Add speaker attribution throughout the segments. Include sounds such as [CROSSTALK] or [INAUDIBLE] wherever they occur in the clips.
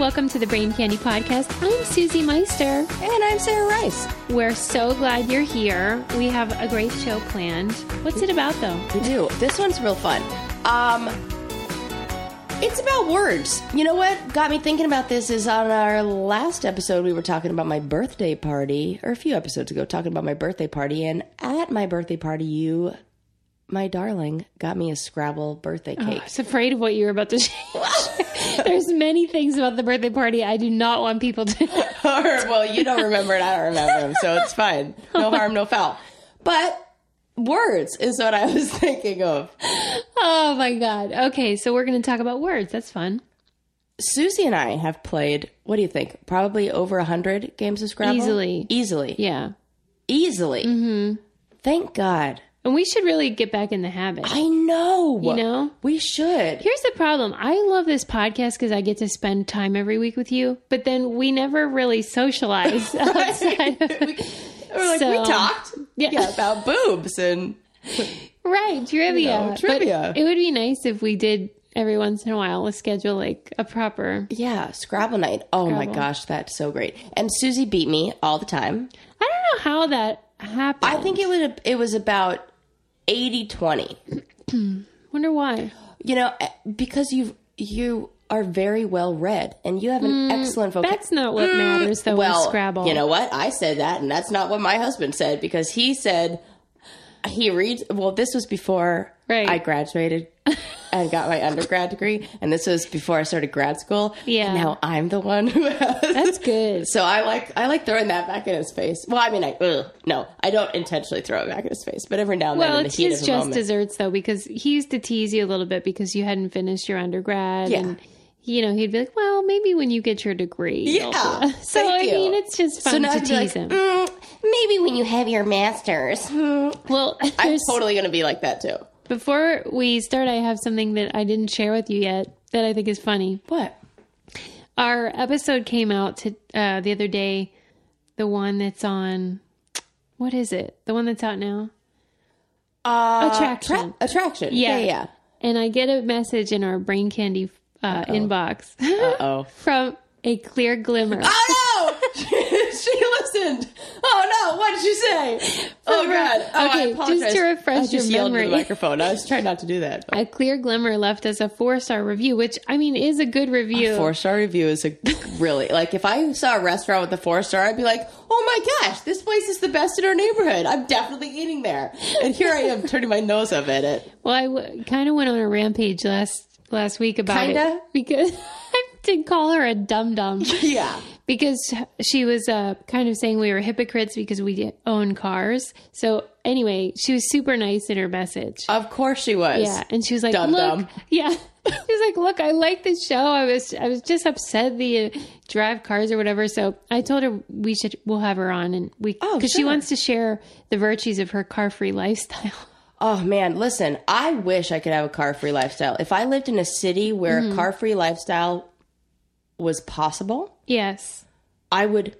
Speaker 1: Welcome to the Brain Candy Podcast. I'm Susie Meister.
Speaker 2: And I'm Sarah Rice.
Speaker 1: We're so glad you're here. We have a great show planned. What's it about, though?
Speaker 2: We do. This one's real fun. Um, it's about words. You know what got me thinking about this is on our last episode, we were talking about my birthday party, or a few episodes ago, talking about my birthday party. And at my birthday party, you, my darling, got me a Scrabble birthday [LAUGHS] cake.
Speaker 1: I was afraid of what you were about to [LAUGHS] change. There's many things about the birthday party I do not want people to.
Speaker 2: Or, well, you don't remember it. I don't remember them. So it's fine. No harm, no foul. But words is what I was [LAUGHS] thinking of.
Speaker 1: Oh my god. Okay, so we're going to talk about words. That's fun.
Speaker 2: Susie and I have played, what do you think? Probably over 100 games of Scrabble?
Speaker 1: Easily.
Speaker 2: Easily.
Speaker 1: Yeah,
Speaker 2: Easily. Mm-hmm. Thank God.
Speaker 1: and we should really get back in the habit.
Speaker 2: I know.
Speaker 1: You know?
Speaker 2: We should.
Speaker 1: Here's the problem. I love this podcast because I get to spend time every week with you, but then we never really [LAUGHS] socialize outside of
Speaker 2: We're like,
Speaker 1: So-
Speaker 2: we talked
Speaker 1: Yeah.
Speaker 2: yeah,
Speaker 1: [LAUGHS]
Speaker 2: about boobs and
Speaker 1: Right, trivia.
Speaker 2: know,
Speaker 1: But
Speaker 2: trivia.
Speaker 1: it would be nice if we did every once in a while a schedule like a proper.
Speaker 2: yeah, Scrabble night. Oh my gosh, that's so great. And Susie beat me all the time.
Speaker 1: I don't know how that happened.
Speaker 2: I
Speaker 1: I
Speaker 2: think it was it was about 80-20.
Speaker 1: wonder why.
Speaker 2: You know, eh, because you you are very well read and you have an
Speaker 1: Mm,
Speaker 2: excellent vocabulary.
Speaker 1: That's not what matters though
Speaker 2: Mm, well,
Speaker 1: with Scrabble.
Speaker 2: You know what? I said that, and that's not what my husband said because he said he reads. Well, this was before
Speaker 1: Right.
Speaker 2: I graduated and got my undergrad degree, and this was before I started grad school.
Speaker 1: Yeah.
Speaker 2: And now I'm the one who has. [LAUGHS]
Speaker 1: That's good.
Speaker 2: so I like I like throwing that back in his face. Well, I mean, I ugh, no, I don't intentionally throw it back in his face, but every now and
Speaker 1: Well,
Speaker 2: then in the
Speaker 1: it's
Speaker 2: heat
Speaker 1: his
Speaker 2: of the
Speaker 1: just
Speaker 2: moment,
Speaker 1: desserts though, because he used to tease you a little bit because you hadn't finished your undergrad.
Speaker 2: Yeah.
Speaker 1: And, you know, he'd be like, well, maybe when you get your degree. you'll
Speaker 2: Yeah,
Speaker 1: do it." [LAUGHS] So,
Speaker 2: thank
Speaker 1: I
Speaker 2: you.
Speaker 1: mean, it's just fun
Speaker 2: now
Speaker 1: to
Speaker 2: I'd be
Speaker 1: tease him.
Speaker 2: like, "Mm, maybe when you have your master's. Hmm.
Speaker 1: Well, [LAUGHS]
Speaker 2: I'm
Speaker 1: there's-
Speaker 2: totally going to be like that too.
Speaker 1: before we start, I have something that I didn't share with you yet that I think is funny.
Speaker 2: What?
Speaker 1: Our episode came out to, uh, the other day, the one that's on, what is it? The one that's out now?
Speaker 2: Uh,
Speaker 1: Attraction.
Speaker 2: Tra- attraction.
Speaker 1: Yeah.
Speaker 2: yeah. yeah.
Speaker 1: and I get a message in our brain candy uh, inbox [LAUGHS]
Speaker 2: Oh.
Speaker 1: from a clear glimmer.
Speaker 2: Oh
Speaker 1: [LAUGHS]
Speaker 2: no! she listened. Oh no! What did she say? Oh god. Oh, I
Speaker 1: Okay, just
Speaker 2: apologize.
Speaker 1: to refresh
Speaker 2: I just
Speaker 1: your
Speaker 2: yelled into
Speaker 1: memory.
Speaker 2: the microphone. I was trying not to do that.
Speaker 1: A clear glimmer left us a four star review, which I mean is a good review.
Speaker 2: Four star review is a really like if I saw a restaurant with a four star, I'd be like, oh my gosh, this place is the best in our neighborhood. I'm definitely eating there. And here I am turning my nose up at it.
Speaker 1: Well, I w- kind of went on a rampage last last week about
Speaker 2: Kinda?
Speaker 1: it because [LAUGHS] I did call her a dum dum
Speaker 2: Yeah.
Speaker 1: because she was uh, kind of saying we were hypocrites because we didn't own cars. So anyway, she was super nice in her message.
Speaker 2: Of course she was.
Speaker 1: Yeah, and she was like,
Speaker 2: Dum
Speaker 1: "Look,
Speaker 2: dum.
Speaker 1: [LAUGHS] yeah." She was like, "Look, I like the show. I was, I was just upset the uh, drive cars or whatever." So I told her we should, we'll have her on, and we, because
Speaker 2: Oh,
Speaker 1: she
Speaker 2: sure.
Speaker 1: wants to share the virtues of her car-free lifestyle. [LAUGHS]
Speaker 2: Oh man, listen, I wish I could have a car free lifestyle. If I lived in a city where
Speaker 1: Mm-hmm.
Speaker 2: a car free lifestyle was possible,
Speaker 1: yes,
Speaker 2: I would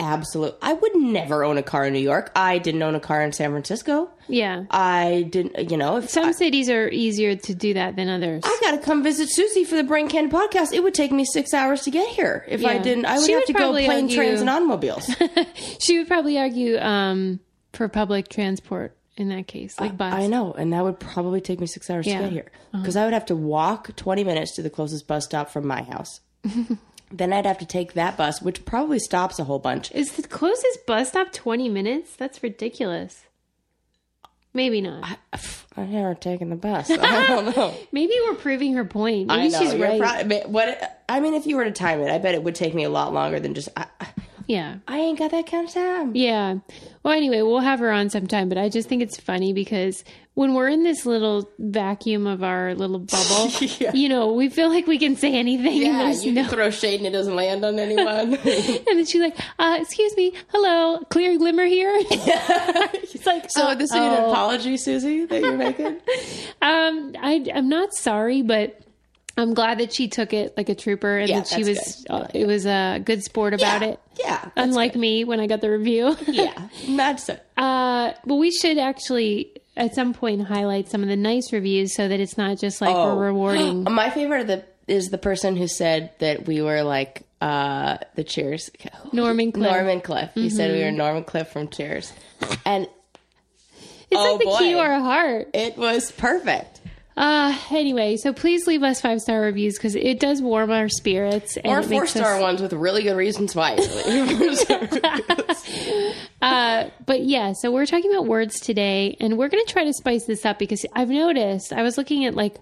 Speaker 2: absolute I would never own a car in New York. I didn't own a car in San Francisco.
Speaker 1: yeah.
Speaker 2: I didn't you know, if
Speaker 1: Some cities are easier to do that than others.
Speaker 2: I gotta come visit Susie for the Brain Can podcast, it would take me six hours to get here. If I
Speaker 1: Yeah.
Speaker 2: didn't I would
Speaker 1: She
Speaker 2: have
Speaker 1: would
Speaker 2: to go
Speaker 1: probably
Speaker 2: plane,
Speaker 1: argue-
Speaker 2: trains and automobiles.
Speaker 1: [LAUGHS] she would probably argue um, for public transport in that case, like bus.
Speaker 2: I know, and that would probably take me six hours
Speaker 1: Yeah. Uh-huh.
Speaker 2: to get here because I would have to walk twenty minutes to the closest bus stop from
Speaker 1: [LAUGHS]
Speaker 2: my house. then I'd have to take that bus, which probably stops a
Speaker 1: [LAUGHS]
Speaker 2: whole bunch.
Speaker 1: Is the closest bus stop twenty minutes? That's ridiculous. Maybe not.
Speaker 2: I've never taken the bus. I don't know.
Speaker 1: Maybe we're proving her point. Maybe
Speaker 2: I know.
Speaker 1: she's
Speaker 2: you're
Speaker 1: right.
Speaker 2: probably- what? I mean, if you were to time it, I bet it would take me a lot longer than just. I,
Speaker 1: yeah.
Speaker 2: I ain't got that kind of time.
Speaker 1: Yeah. Well, anyway, we'll have her on sometime, but I just think it's funny because when we're in this little vacuum of our little
Speaker 2: [LAUGHS]
Speaker 1: bubble, you know, we feel like we can say anything. and,
Speaker 2: Yeah,
Speaker 1: there's
Speaker 2: you
Speaker 1: no-
Speaker 2: can throw shade and it doesn't land
Speaker 1: [LAUGHS]
Speaker 2: on anyone.
Speaker 1: and then she's like, uh, excuse me, hello, clear glimmer here. it's like,
Speaker 2: so
Speaker 1: uh,
Speaker 2: this is an
Speaker 1: oh.
Speaker 2: apology, Susie, that you're making.
Speaker 1: Um, I, I'm not sorry, but I'm glad that she took it like a trooper and
Speaker 2: Yeah,
Speaker 1: that she
Speaker 2: that's
Speaker 1: was,
Speaker 2: good. I
Speaker 1: uh, it was a good sport [LAUGHS] about it. Uh,
Speaker 2: Yeah.
Speaker 1: Unlike me when I got the review.
Speaker 2: [LAUGHS] yeah. Not so.
Speaker 1: Uh, but we should actually at some point highlight some of the nice reviews so that it's not just like
Speaker 2: Oh. [GASPS]
Speaker 1: we're rewarding.
Speaker 2: My favorite are the is the person who said that we were like uh the Cheers.
Speaker 1: Norman Cliff. Mm-hmm.
Speaker 2: Norman Cliff. He said we were Norman Cliff from Cheers, and
Speaker 1: It's
Speaker 2: Oh,
Speaker 1: like the key
Speaker 2: boy.
Speaker 1: or a heart.
Speaker 2: it was perfect.
Speaker 1: Uh, anyway, so please leave us five star reviews because it does warm our spirits. And
Speaker 2: Or
Speaker 1: it
Speaker 2: four
Speaker 1: makes
Speaker 2: star
Speaker 1: us-
Speaker 2: ones with really good reasons why.
Speaker 1: [LAUGHS] Uh, But yeah, so we're talking about words today, and we're going to try to spice this up because I've noticed I was looking at like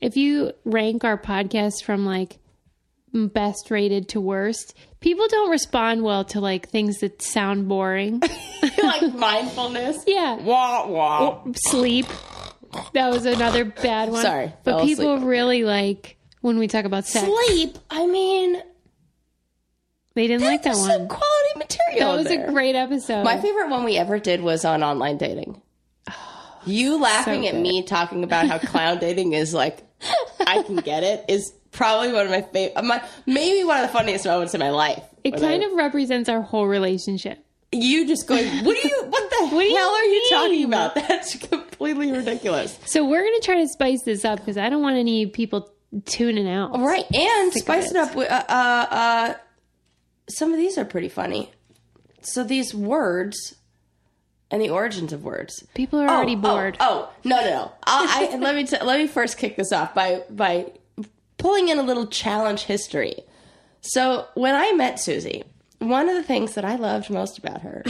Speaker 1: if you rank our podcast from like best rated to worst, people don't respond well to like things that sound
Speaker 2: [LAUGHS]
Speaker 1: boring.
Speaker 2: like mindfulness.
Speaker 1: yeah,
Speaker 2: Wah wah.
Speaker 1: sleep. That was another bad one.
Speaker 2: Sorry,
Speaker 1: but
Speaker 2: fell
Speaker 1: people really like when we talk about Oh, sex.
Speaker 2: Sleep. I mean,
Speaker 1: They didn't like that
Speaker 2: there's some
Speaker 1: one.
Speaker 2: quality material.
Speaker 1: That was
Speaker 2: there.
Speaker 1: a great episode.
Speaker 2: My favorite one we ever did was on
Speaker 1: [SIGHS]
Speaker 2: online dating. You laughing at
Speaker 1: good.
Speaker 2: me talking about how
Speaker 1: [LAUGHS]
Speaker 2: clown dating is like, I can get it, is probably one of my favorite, my, maybe one of the funniest moments in my life.
Speaker 1: it kind of represents our whole relationship.
Speaker 2: You just going, what do you, what the
Speaker 1: do you
Speaker 2: hell are you talking
Speaker 1: mean?
Speaker 2: about? [LAUGHS] That's completely ridiculous.
Speaker 1: So we're gonna try to spice this up because I don't want any people tuning out.
Speaker 2: Right. And spice
Speaker 1: it.
Speaker 2: it up with, uh, uh, uh, some of these are pretty funny. So these words and the origins of words.
Speaker 1: People are already bored.
Speaker 2: Oh, oh, no, no, no! I'll, I, let me t- let me first kick this off by by pulling in a little challenge history. So when I met Susie, one of the things that I loved most
Speaker 1: [LAUGHS]
Speaker 2: about her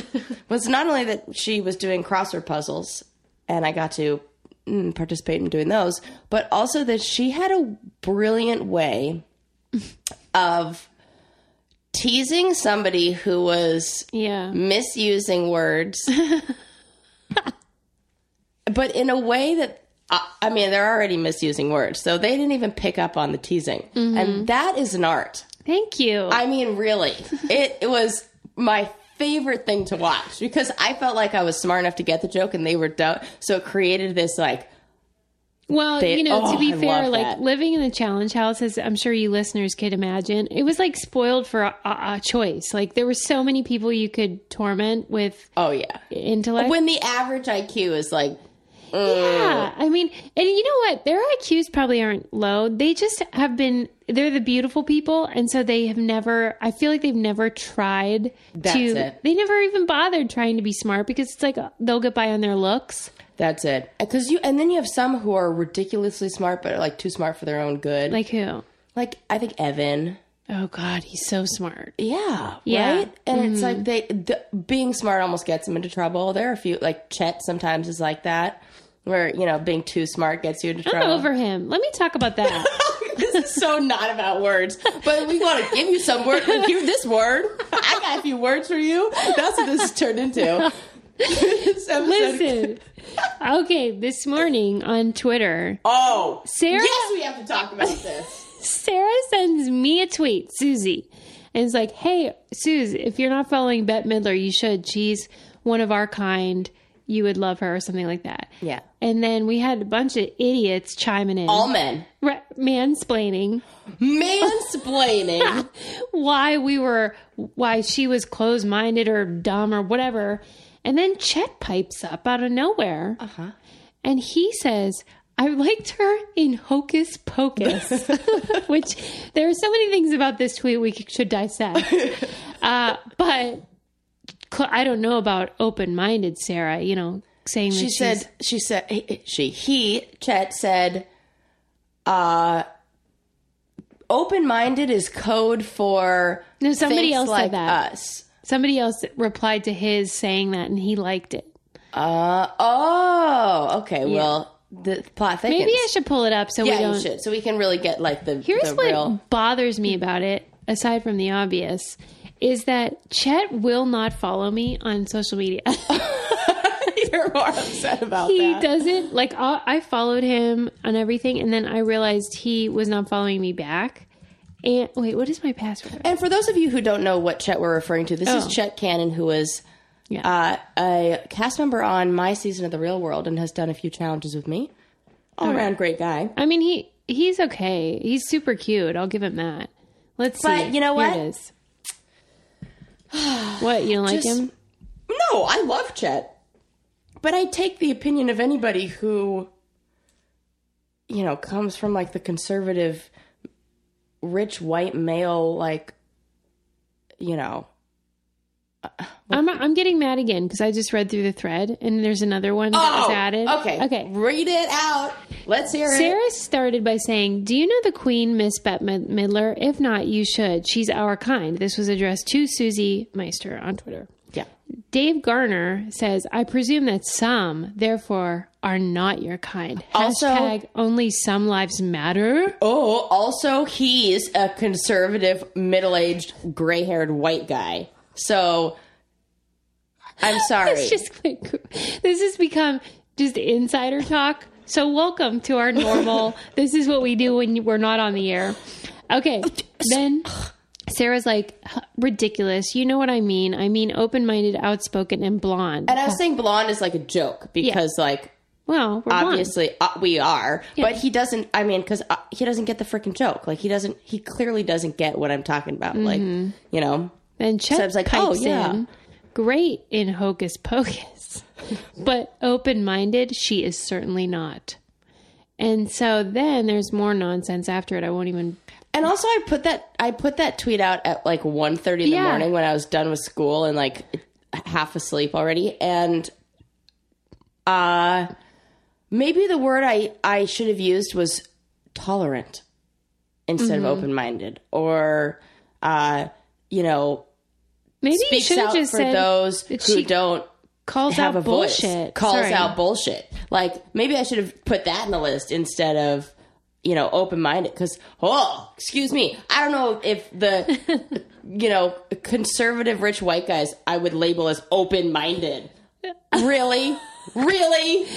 Speaker 2: was not only that she was doing crossword puzzles, and I got to mm, participate in doing those, but also that she had a brilliant
Speaker 1: [LAUGHS]
Speaker 2: way of teasing somebody who was
Speaker 1: Yeah.
Speaker 2: misusing words, but in a way that I, I mean, they're already misusing words, so they didn't even pick up on the teasing, and that is an art.
Speaker 1: Thank you.
Speaker 2: I mean, really, it, it was my favorite thing to watch because I felt like I was smart enough to get the joke, and they were dumb, so it created this like
Speaker 1: well,
Speaker 2: they-
Speaker 1: you know,
Speaker 2: oh,
Speaker 1: to be
Speaker 2: I
Speaker 1: fair,
Speaker 2: love
Speaker 1: like
Speaker 2: that.
Speaker 1: living in the challenge house, as I'm sure you listeners could imagine, it was like spoiled for a, a, a choice. Like there were so many people you could torment with
Speaker 2: oh yeah.
Speaker 1: intellect.
Speaker 2: When the average IQ is like
Speaker 1: yeah, I mean, and you know what? Their IQs probably aren't low. They just have been. They're the beautiful people, and so they have never. I feel like they've never tried
Speaker 2: That's
Speaker 1: to.
Speaker 2: it.
Speaker 1: They never even bothered trying to be smart because it's like uh, they'll get by on their looks.
Speaker 2: that's it, because you and then you have some who are ridiculously smart, but are like too smart for their own good.
Speaker 1: Like who?
Speaker 2: like I think Evan.
Speaker 1: Oh God, he's so smart.
Speaker 2: Yeah.
Speaker 1: Yeah. Mm-hmm.
Speaker 2: Right. And it's like they the, being smart almost gets them into trouble. There are a few like Chet sometimes is like that, where you know being too smart gets you into
Speaker 1: I'm
Speaker 2: trouble.
Speaker 1: over him. Let me talk about
Speaker 2: [LAUGHS]
Speaker 1: that.
Speaker 2: this is so not about words, but we want to give you some word. Give you this word. I got a few words for you. That's what this has
Speaker 1: [LAUGHS]
Speaker 2: turned into. This episode-
Speaker 1: Listen. Okay, this morning on Twitter,
Speaker 2: Oh,
Speaker 1: Sarah
Speaker 2: yes, we have to talk about this.
Speaker 1: Sarah sends me a tweet, Susie, and it's like, "Hey, Suze, if you're not following Bette Midler, you should. She's one of our kind. You would love her, or something like that."
Speaker 2: Yeah.
Speaker 1: And then we had a bunch of idiots chiming in,
Speaker 2: All men
Speaker 1: re- mansplaining
Speaker 2: mansplaining.
Speaker 1: why we were, why she was closed-minded or dumb or whatever. And then Chet pipes up out of nowhere, uh-huh. and he says. I liked her in Hocus Pocus. [LAUGHS] which there are so many things about this tweet we should
Speaker 2: [LAUGHS]
Speaker 1: dissect. uh, but cl- I don't know about open minded Sarah, you know, saying that
Speaker 2: she
Speaker 1: she's-
Speaker 2: said she said he- she he chet said uh open-minded is code for
Speaker 1: No, somebody
Speaker 2: thinks
Speaker 1: else
Speaker 2: like uh,
Speaker 1: said that.
Speaker 2: us
Speaker 1: Somebody else replied to his saying that and he liked it.
Speaker 2: uh oh okay well the plot thickens
Speaker 1: Maybe I should pull it up so we
Speaker 2: yeah
Speaker 1: don't.
Speaker 2: you should so we can really get like the
Speaker 1: Here's
Speaker 2: the
Speaker 1: what [LAUGHS]
Speaker 2: real [LAUGHS]
Speaker 1: bothers me about it, aside from the obvious, is that Chet will not follow me on social media. [LAUGHS]
Speaker 2: you're more upset about
Speaker 1: he
Speaker 2: that
Speaker 1: doesn't like I I followed him on everything and then I realized he was not following me back. And wait, what is my password?
Speaker 2: and for those of you who don't know what chet we're referring to this
Speaker 1: Oh.
Speaker 2: is chet cannon who is
Speaker 1: Yeah.
Speaker 2: uh, a cast member on my season of the real world and has done a few challenges with me all around great guy
Speaker 1: I mean, he he's okay. He's super cute. I'll give him that. Let's see.
Speaker 2: But you know
Speaker 1: Here
Speaker 2: what?
Speaker 1: it is. [SIGHS] what you don't like
Speaker 2: Just-
Speaker 1: him?
Speaker 2: No, I love Chet. But I take the opinion of anybody who, you know, comes from like the conservative rich white male, like, you know,
Speaker 1: I'm, I'm getting mad again because I just read through the thread and there's another one that was added.
Speaker 2: Oh, Okay.
Speaker 1: Okay.
Speaker 2: Read it out. Let's hear it.
Speaker 1: Sarah started by saying, Do you know the Queen, Miss Bette Mid- Midler? If not, you should. She's our kind. This was addressed to Susie Meister on Twitter.
Speaker 2: Yeah.
Speaker 1: Dave Garner says, I presume that some, therefore, are not your kind.
Speaker 2: Also-
Speaker 1: Hashtag only some lives matter.
Speaker 2: Oh, also, he's a conservative, middle aged, gray haired white guy. So I'm sorry.
Speaker 1: [LAUGHS] It's just like, this has become just insider talk. So welcome to our
Speaker 2: [LAUGHS]
Speaker 1: normal. this is what we do when we're not on the air. Okay. Then Sarah's like "Huh, ridiculous. You know what I mean? I mean open-minded, outspoken, and blonde.
Speaker 2: and I was saying blonde is like a joke because, like,
Speaker 1: well, we're blonde.
Speaker 2: obviously uh, we are but he doesn't i mean because uh, he doesn't get the freaking joke like he doesn't he clearly doesn't get what i'm talking about
Speaker 1: Mm-hmm.
Speaker 2: like you know
Speaker 1: Then Chet
Speaker 2: I was like,
Speaker 1: pipes
Speaker 2: "Oh, yeah."
Speaker 1: in. Great in Hocus
Speaker 2: [LAUGHS]
Speaker 1: Pocus, but open-minded she is certainly not. And so then there's more nonsense after it. I won't even
Speaker 2: and also i put that i put that tweet out at like 1.30 in
Speaker 1: Yeah.
Speaker 2: the morning when i was done with school and like half asleep already and uh maybe the word i i should have used was tolerant instead
Speaker 1: Mm-hmm.
Speaker 2: of open-minded or uh you know
Speaker 1: maybe you
Speaker 2: speaks
Speaker 1: should have
Speaker 2: out
Speaker 1: just
Speaker 2: for
Speaker 1: said
Speaker 2: those who
Speaker 1: that she
Speaker 2: don't
Speaker 1: calls
Speaker 2: have
Speaker 1: out
Speaker 2: a voice
Speaker 1: bullshit.
Speaker 2: calls
Speaker 1: Sorry.
Speaker 2: out bullshit like maybe i should have put that in the list instead of you know open-minded because oh excuse me i don't know if the
Speaker 1: [LAUGHS]
Speaker 2: you know conservative rich white guys i would label as open-minded
Speaker 1: [LAUGHS]
Speaker 2: really really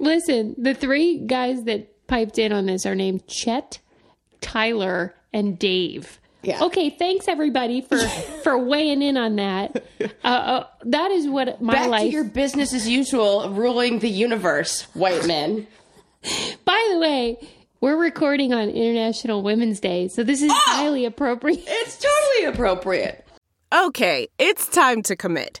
Speaker 1: Listen, the three guys that piped in on this are named Chet, Tyler, and Dave.
Speaker 2: Yeah.
Speaker 1: Okay, thanks everybody
Speaker 2: [LAUGHS]
Speaker 1: for for weighing in on that. Uh, uh, that is what my
Speaker 2: back
Speaker 1: life.
Speaker 2: to your business as usual ruling the universe white men
Speaker 1: By the way, we're recording on International Women's Day, so this is
Speaker 2: Oh!
Speaker 1: highly appropriate.
Speaker 2: it's totally appropriate
Speaker 3: Okay, it's time to commit.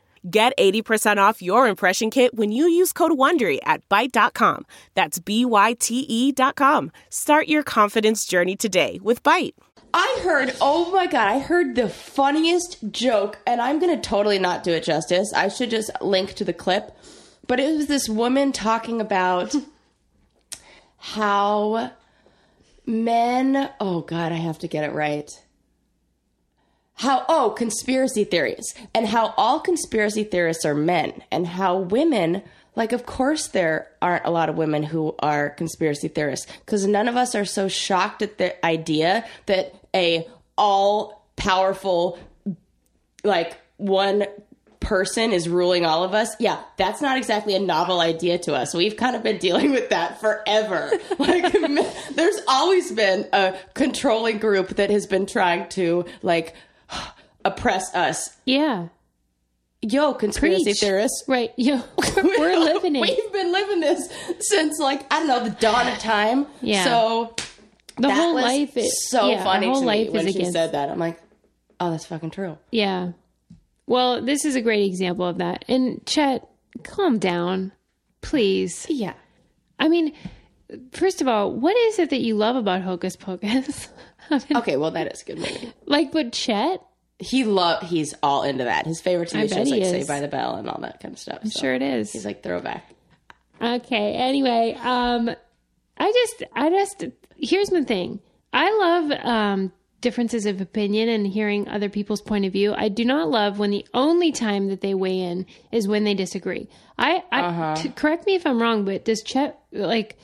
Speaker 3: Get 80% off your impression kit when you use code WONDERY at Byte.com. That's B-Y-T-E E dot com. Start your confidence journey today with Byte.
Speaker 2: I heard, oh my god, I heard the funniest joke, and I'm gonna totally not do it justice. I should just link to the clip. But it was this woman talking about [LAUGHS] how men, oh god, I have to get it right. How, oh, conspiracy theories, and how all conspiracy theorists are men, and how women, like, of course, there aren't a lot of women who are conspiracy theorists because none of us are so shocked at the idea that a all powerful, like, one person is ruling all of us. Yeah, that's not exactly a novel idea to us. We've kind of been dealing with that forever. [LAUGHS] Like men- there's always been a controlling group that has been trying to like oppress us.
Speaker 1: Yeah,
Speaker 2: Yo, conspiracy
Speaker 1: Preach.
Speaker 2: [LAUGHS] theorists.
Speaker 1: right. [LAUGHS] Yeah, we're living it.
Speaker 2: We've been living this since like I don't know the dawn of time.
Speaker 1: Yeah.
Speaker 2: So
Speaker 1: the
Speaker 2: that
Speaker 1: whole
Speaker 2: was
Speaker 1: life is
Speaker 2: so
Speaker 1: yeah, the
Speaker 2: funny
Speaker 1: whole
Speaker 2: to
Speaker 1: life
Speaker 2: me when
Speaker 1: is
Speaker 2: she
Speaker 1: against
Speaker 2: said that. I'm like, oh, that's fucking true.
Speaker 1: Yeah. Well, this is a great example of that. And Chet, calm down, please.
Speaker 2: Yeah.
Speaker 1: I mean, first of all, what is it that you love about Hocus Pocus? [LAUGHS] I mean,
Speaker 2: Okay, well that is a good movie.
Speaker 1: like, but Chet,
Speaker 2: he love he's all into that. His favorite
Speaker 1: I
Speaker 2: TV
Speaker 1: bet
Speaker 2: shows
Speaker 1: he
Speaker 2: like
Speaker 1: is.
Speaker 2: Saved by the Bell and all that kind of stuff. so
Speaker 1: sure it is.
Speaker 2: he's like throwback.
Speaker 1: Okay. Anyway, um, I just, I just, here's my thing. I love um, differences of opinion and hearing other people's point of view. I do not love when the only time that they weigh in is when they disagree. I, I
Speaker 2: Uh-huh.
Speaker 1: t- correct me if I'm wrong, but does Chet like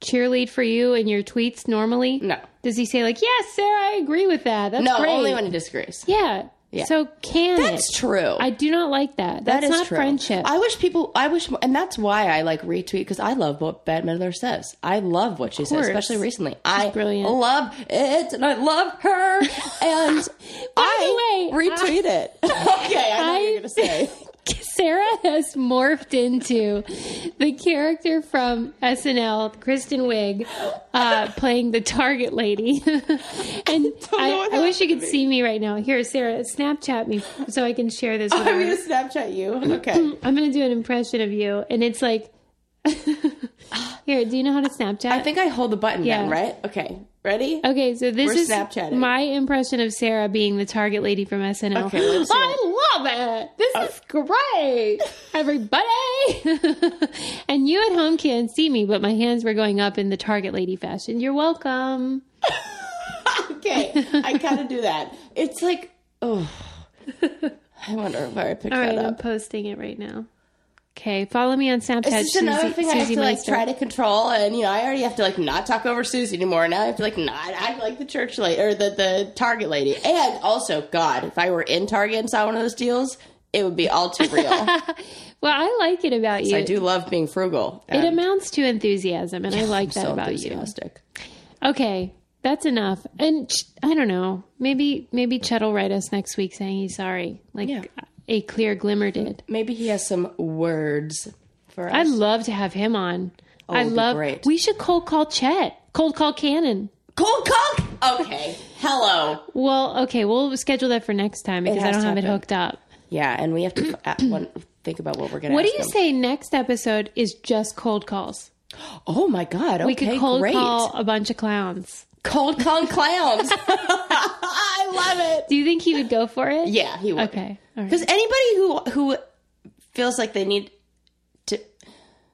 Speaker 1: cheerlead for you in your tweets normally?
Speaker 2: No.
Speaker 1: Does he say like, "Yes, Sarah, I agree with that. That's
Speaker 2: No,
Speaker 1: great."
Speaker 2: only when he disagrees.
Speaker 1: yeah.
Speaker 2: Yeah.
Speaker 1: So can
Speaker 2: That's
Speaker 1: it?
Speaker 2: true.
Speaker 1: I do not like that.
Speaker 2: That
Speaker 1: That's
Speaker 2: is
Speaker 1: not
Speaker 2: true.
Speaker 1: friendship.
Speaker 2: I wish people. I wish, and that's why I like retweet because I love what Bette Midler says. I love what she says,
Speaker 1: course.
Speaker 2: especially recently. I
Speaker 1: brilliant.
Speaker 2: love it, and I love
Speaker 1: [LAUGHS]
Speaker 2: her, and I
Speaker 1: way, [LAUGHS]
Speaker 2: retweet it. okay, I know what
Speaker 1: I-
Speaker 2: you're
Speaker 1: [LAUGHS]
Speaker 2: gonna say.
Speaker 1: Sarah has morphed into the character from SNL, Kristen Wiig, uh, playing the Target lady. [LAUGHS] and I, I, wish you could see me right now. Here, Sarah, Snapchat me so I can share this. With
Speaker 2: I'm
Speaker 1: her.
Speaker 2: gonna Snapchat you.
Speaker 1: [CLEARS THROAT]
Speaker 2: Okay,
Speaker 1: I'm going to do an impression of you, and it's like, [LAUGHS] here. Do you know how to Snapchat?
Speaker 2: I think I hold the button
Speaker 1: Yeah.
Speaker 2: then, right? Okay, ready?
Speaker 1: Okay, so this
Speaker 2: We're
Speaker 1: is
Speaker 2: Snapchatting.
Speaker 1: my impression of Sarah being the target lady from SNL.
Speaker 2: Okay, let's do
Speaker 1: [LAUGHS] I love it. This is
Speaker 2: [LAUGHS]
Speaker 1: great, everybody. [LAUGHS] and you at home can't see me, but my hands were going up in the target lady fashion. You're welcome.
Speaker 2: Okay, I kind of do that. It's like,
Speaker 1: [LAUGHS]
Speaker 2: oh, I wonder where I picked
Speaker 1: All right,
Speaker 2: that
Speaker 1: I'm
Speaker 2: up.
Speaker 1: posting it right now. Okay, follow me on Snapchat.
Speaker 2: Is this another
Speaker 1: Susie-
Speaker 2: thing I have
Speaker 1: Susie
Speaker 2: to like
Speaker 1: Meister.
Speaker 2: try to control? And you know, I already have to like not talk over Susie anymore. Now I have to like not act like the church lady or the the Target lady. And also, God, if I were in Target and saw one of those deals, it would be all [LAUGHS] too real.
Speaker 1: Well, I like it about you.
Speaker 2: I do love being frugal.
Speaker 1: It
Speaker 2: And
Speaker 1: amounts to enthusiasm, and I like that
Speaker 2: so
Speaker 1: about you.
Speaker 2: enthusiastic.
Speaker 1: Okay, that's enough. And Ch- I don't know. Maybe maybe Chet will write us next week saying he's sorry, like
Speaker 2: Yeah.
Speaker 1: a clear glimmer did.
Speaker 2: Maybe he has some words for us.
Speaker 1: I'd love to have him on. I
Speaker 2: it'd be
Speaker 1: love.
Speaker 2: great.
Speaker 1: We should cold call Chet. Cold call Cannon.
Speaker 2: Cold cock. Okay. Hello.
Speaker 1: Well, okay, we'll schedule that for next time because I
Speaker 2: has
Speaker 1: don't
Speaker 2: to
Speaker 1: have it
Speaker 2: happen.
Speaker 1: hooked up.
Speaker 2: Yeah, and we have to uh, one, think about what we're gonna.
Speaker 1: What do
Speaker 2: ask
Speaker 1: you
Speaker 2: them.
Speaker 1: say next episode is just cold calls?
Speaker 2: Oh my God. Okay,
Speaker 1: We could cold
Speaker 2: great.
Speaker 1: call a bunch of clowns.
Speaker 2: Cold con clowns. [LAUGHS] I love it.
Speaker 1: Do you think he would go for it?
Speaker 2: [LAUGHS] Yeah, he would.
Speaker 1: Okay. All right.
Speaker 2: Because anybody who who feels like they need to, [SIGHS]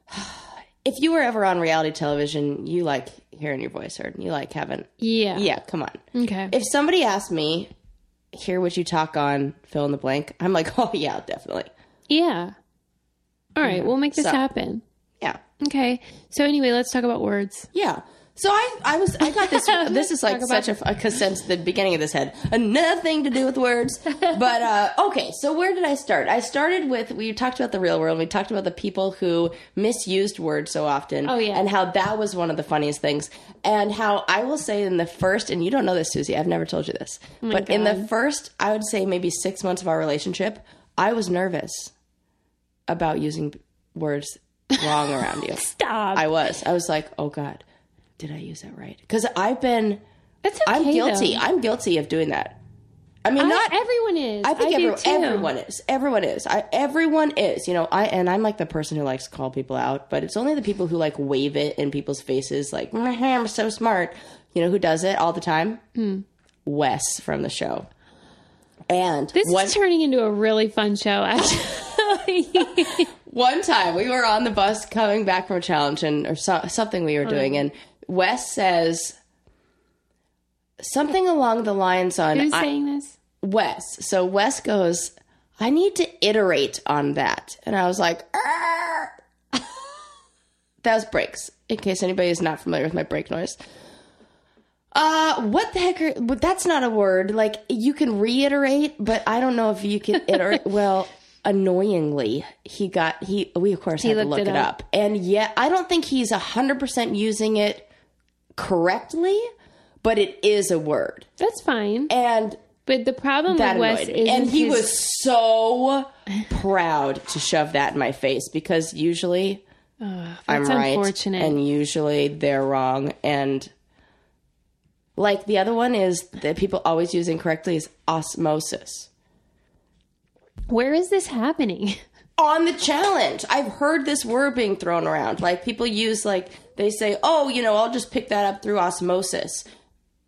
Speaker 2: if you were ever on reality television, you like hearing your voice heard. and You like having.
Speaker 1: Yeah.
Speaker 2: Yeah, come on.
Speaker 1: Okay.
Speaker 2: If somebody asked me, "Hear what you talk on," fill in the blank. I'm like, [LAUGHS] oh yeah, definitely.
Speaker 1: yeah. All right, we'll make this
Speaker 2: So-
Speaker 1: happen.
Speaker 2: Yeah,
Speaker 1: Okay. So anyway, let's talk about words.
Speaker 2: yeah. So I, I was, I got
Speaker 1: [LAUGHS]
Speaker 2: this. this is like such a because since the beginning of this had nothing to do with words. But uh, okay, so where did I start? I started with we talked about the real world. We talked about the people who misused words so often.
Speaker 1: Oh, yeah.
Speaker 2: and how that was one of the funniest things. And how I will say in the first, and you don't know this, Susie. I've never told you this,
Speaker 1: Oh
Speaker 2: but in the first, I would say maybe six months of our relationship, I was nervous about using words wrong around you.
Speaker 1: Stop.
Speaker 2: I was. I was like, oh God, did I use that right? Because I've been,
Speaker 1: That's okay.
Speaker 2: I'm guilty.
Speaker 1: though.
Speaker 2: I'm guilty of doing that. I mean,
Speaker 1: I-
Speaker 2: not.
Speaker 1: everyone is.
Speaker 2: I think
Speaker 1: do
Speaker 2: everyone,
Speaker 1: too.
Speaker 2: everyone is. Everyone is. I, everyone is. You know, I and I'm like the person who likes to call people out, but it's only the people who like wave it in people's faces, like "Mhm, I'm so smart. You know who does it all the time?
Speaker 1: Hmm.
Speaker 2: Wes from the show. And
Speaker 1: This
Speaker 2: one,
Speaker 1: is turning into a really fun
Speaker 2: [LAUGHS]
Speaker 1: show. Actually,
Speaker 2: one time we were on the bus coming back from a challenge and or so, something we were doing, and Wes says something along the lines on
Speaker 1: who's
Speaker 2: I-
Speaker 1: saying this?
Speaker 2: Wes. So Wes goes, I need to iterate on that. And I was like, "Arr!" [LAUGHS] that was breaks, in case anybody is not familiar with my break noise. Uh, what the heck are, but that's not a word. Like, you can reiterate, but I don't know if you can iterate. well, annoyingly, he got, he, we of course had to
Speaker 1: looked
Speaker 2: look
Speaker 1: it
Speaker 2: it up. And yet, I don't think he's 100% using it correctly, but it is a word.
Speaker 1: That's fine.
Speaker 2: And
Speaker 1: But the problem
Speaker 2: that
Speaker 1: with Wes
Speaker 2: annoyed
Speaker 1: is,
Speaker 2: me. And he was so proud to shove that in my face because usually I'm
Speaker 1: that's
Speaker 2: right,
Speaker 1: unfortunate.
Speaker 2: and usually they're wrong. And like the other one is that people always use incorrectly is osmosis
Speaker 1: Where is this happening?
Speaker 2: on the challenge. I've heard this word being thrown around. Like people use like they say, "Oh, you know, I'll just pick that up through osmosis."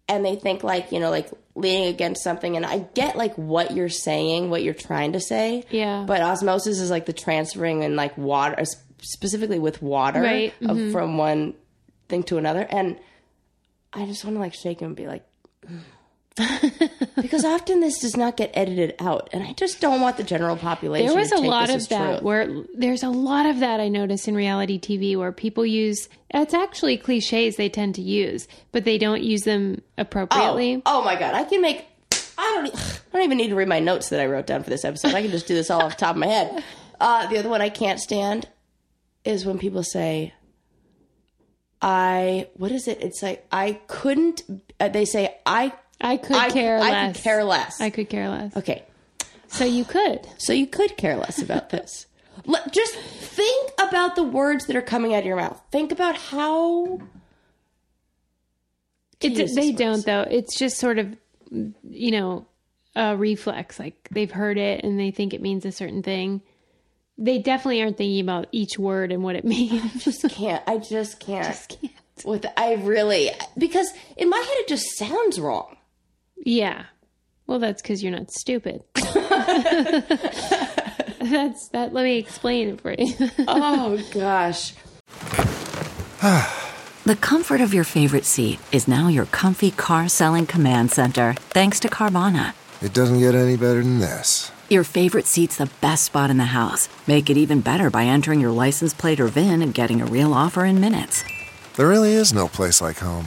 Speaker 2: And they think like, you know, like leaning against something and I get like what you're saying, what you're trying to say.
Speaker 1: Yeah.
Speaker 2: But osmosis is like the transferring in like water specifically with water
Speaker 1: Right, Mm-hmm.
Speaker 2: of, from one thing to another and I just want to like shake him and
Speaker 1: [LAUGHS]
Speaker 2: be like because often this does not get edited out and I just don't want the general population
Speaker 1: There was
Speaker 2: to
Speaker 1: a
Speaker 2: take
Speaker 1: lot
Speaker 2: this as
Speaker 1: of that
Speaker 2: truth.
Speaker 1: where there's a lot of that I notice in reality TV where people use it's actually cliches they tend to use, but they don't use them appropriately.
Speaker 2: Oh, oh my god, I can make I don't, e- I don't even need to read my notes that I wrote down for this episode. I can just do this all off the top of my head. Uh, the other one I can't stand is when people say, I, what is it? It's like, I couldn't, uh, they say, I,
Speaker 1: I could
Speaker 2: I,
Speaker 1: care
Speaker 2: I
Speaker 1: less.
Speaker 2: could care less.
Speaker 1: I could care less.
Speaker 2: okay.
Speaker 1: So you could.
Speaker 2: So you could care less about this. [LAUGHS] Let, just think about the words that are coming out of your mouth. Think about how
Speaker 1: It,
Speaker 2: use
Speaker 1: they
Speaker 2: those
Speaker 1: don't though. It's just sort of, you know, a reflex. Like they've heard it and they think it means a certain thing. They definitely aren't thinking about each word and what it [LAUGHS] means.
Speaker 2: can't I just can't. With I really because in my head it just sounds wrong.
Speaker 1: yeah. Well, that's because you're not stupid. [LAUGHS] that's that. Let me explain it for you. [LAUGHS]
Speaker 2: Oh gosh.
Speaker 4: The comfort of your favorite seat is now your comfy car selling command center, thanks to Carvana.
Speaker 5: It doesn't get any better than this.
Speaker 4: Your favorite seat's the best spot in the house. Make it even better by entering your license plate or VIN and getting a real offer in minutes.
Speaker 5: There really is no place like home.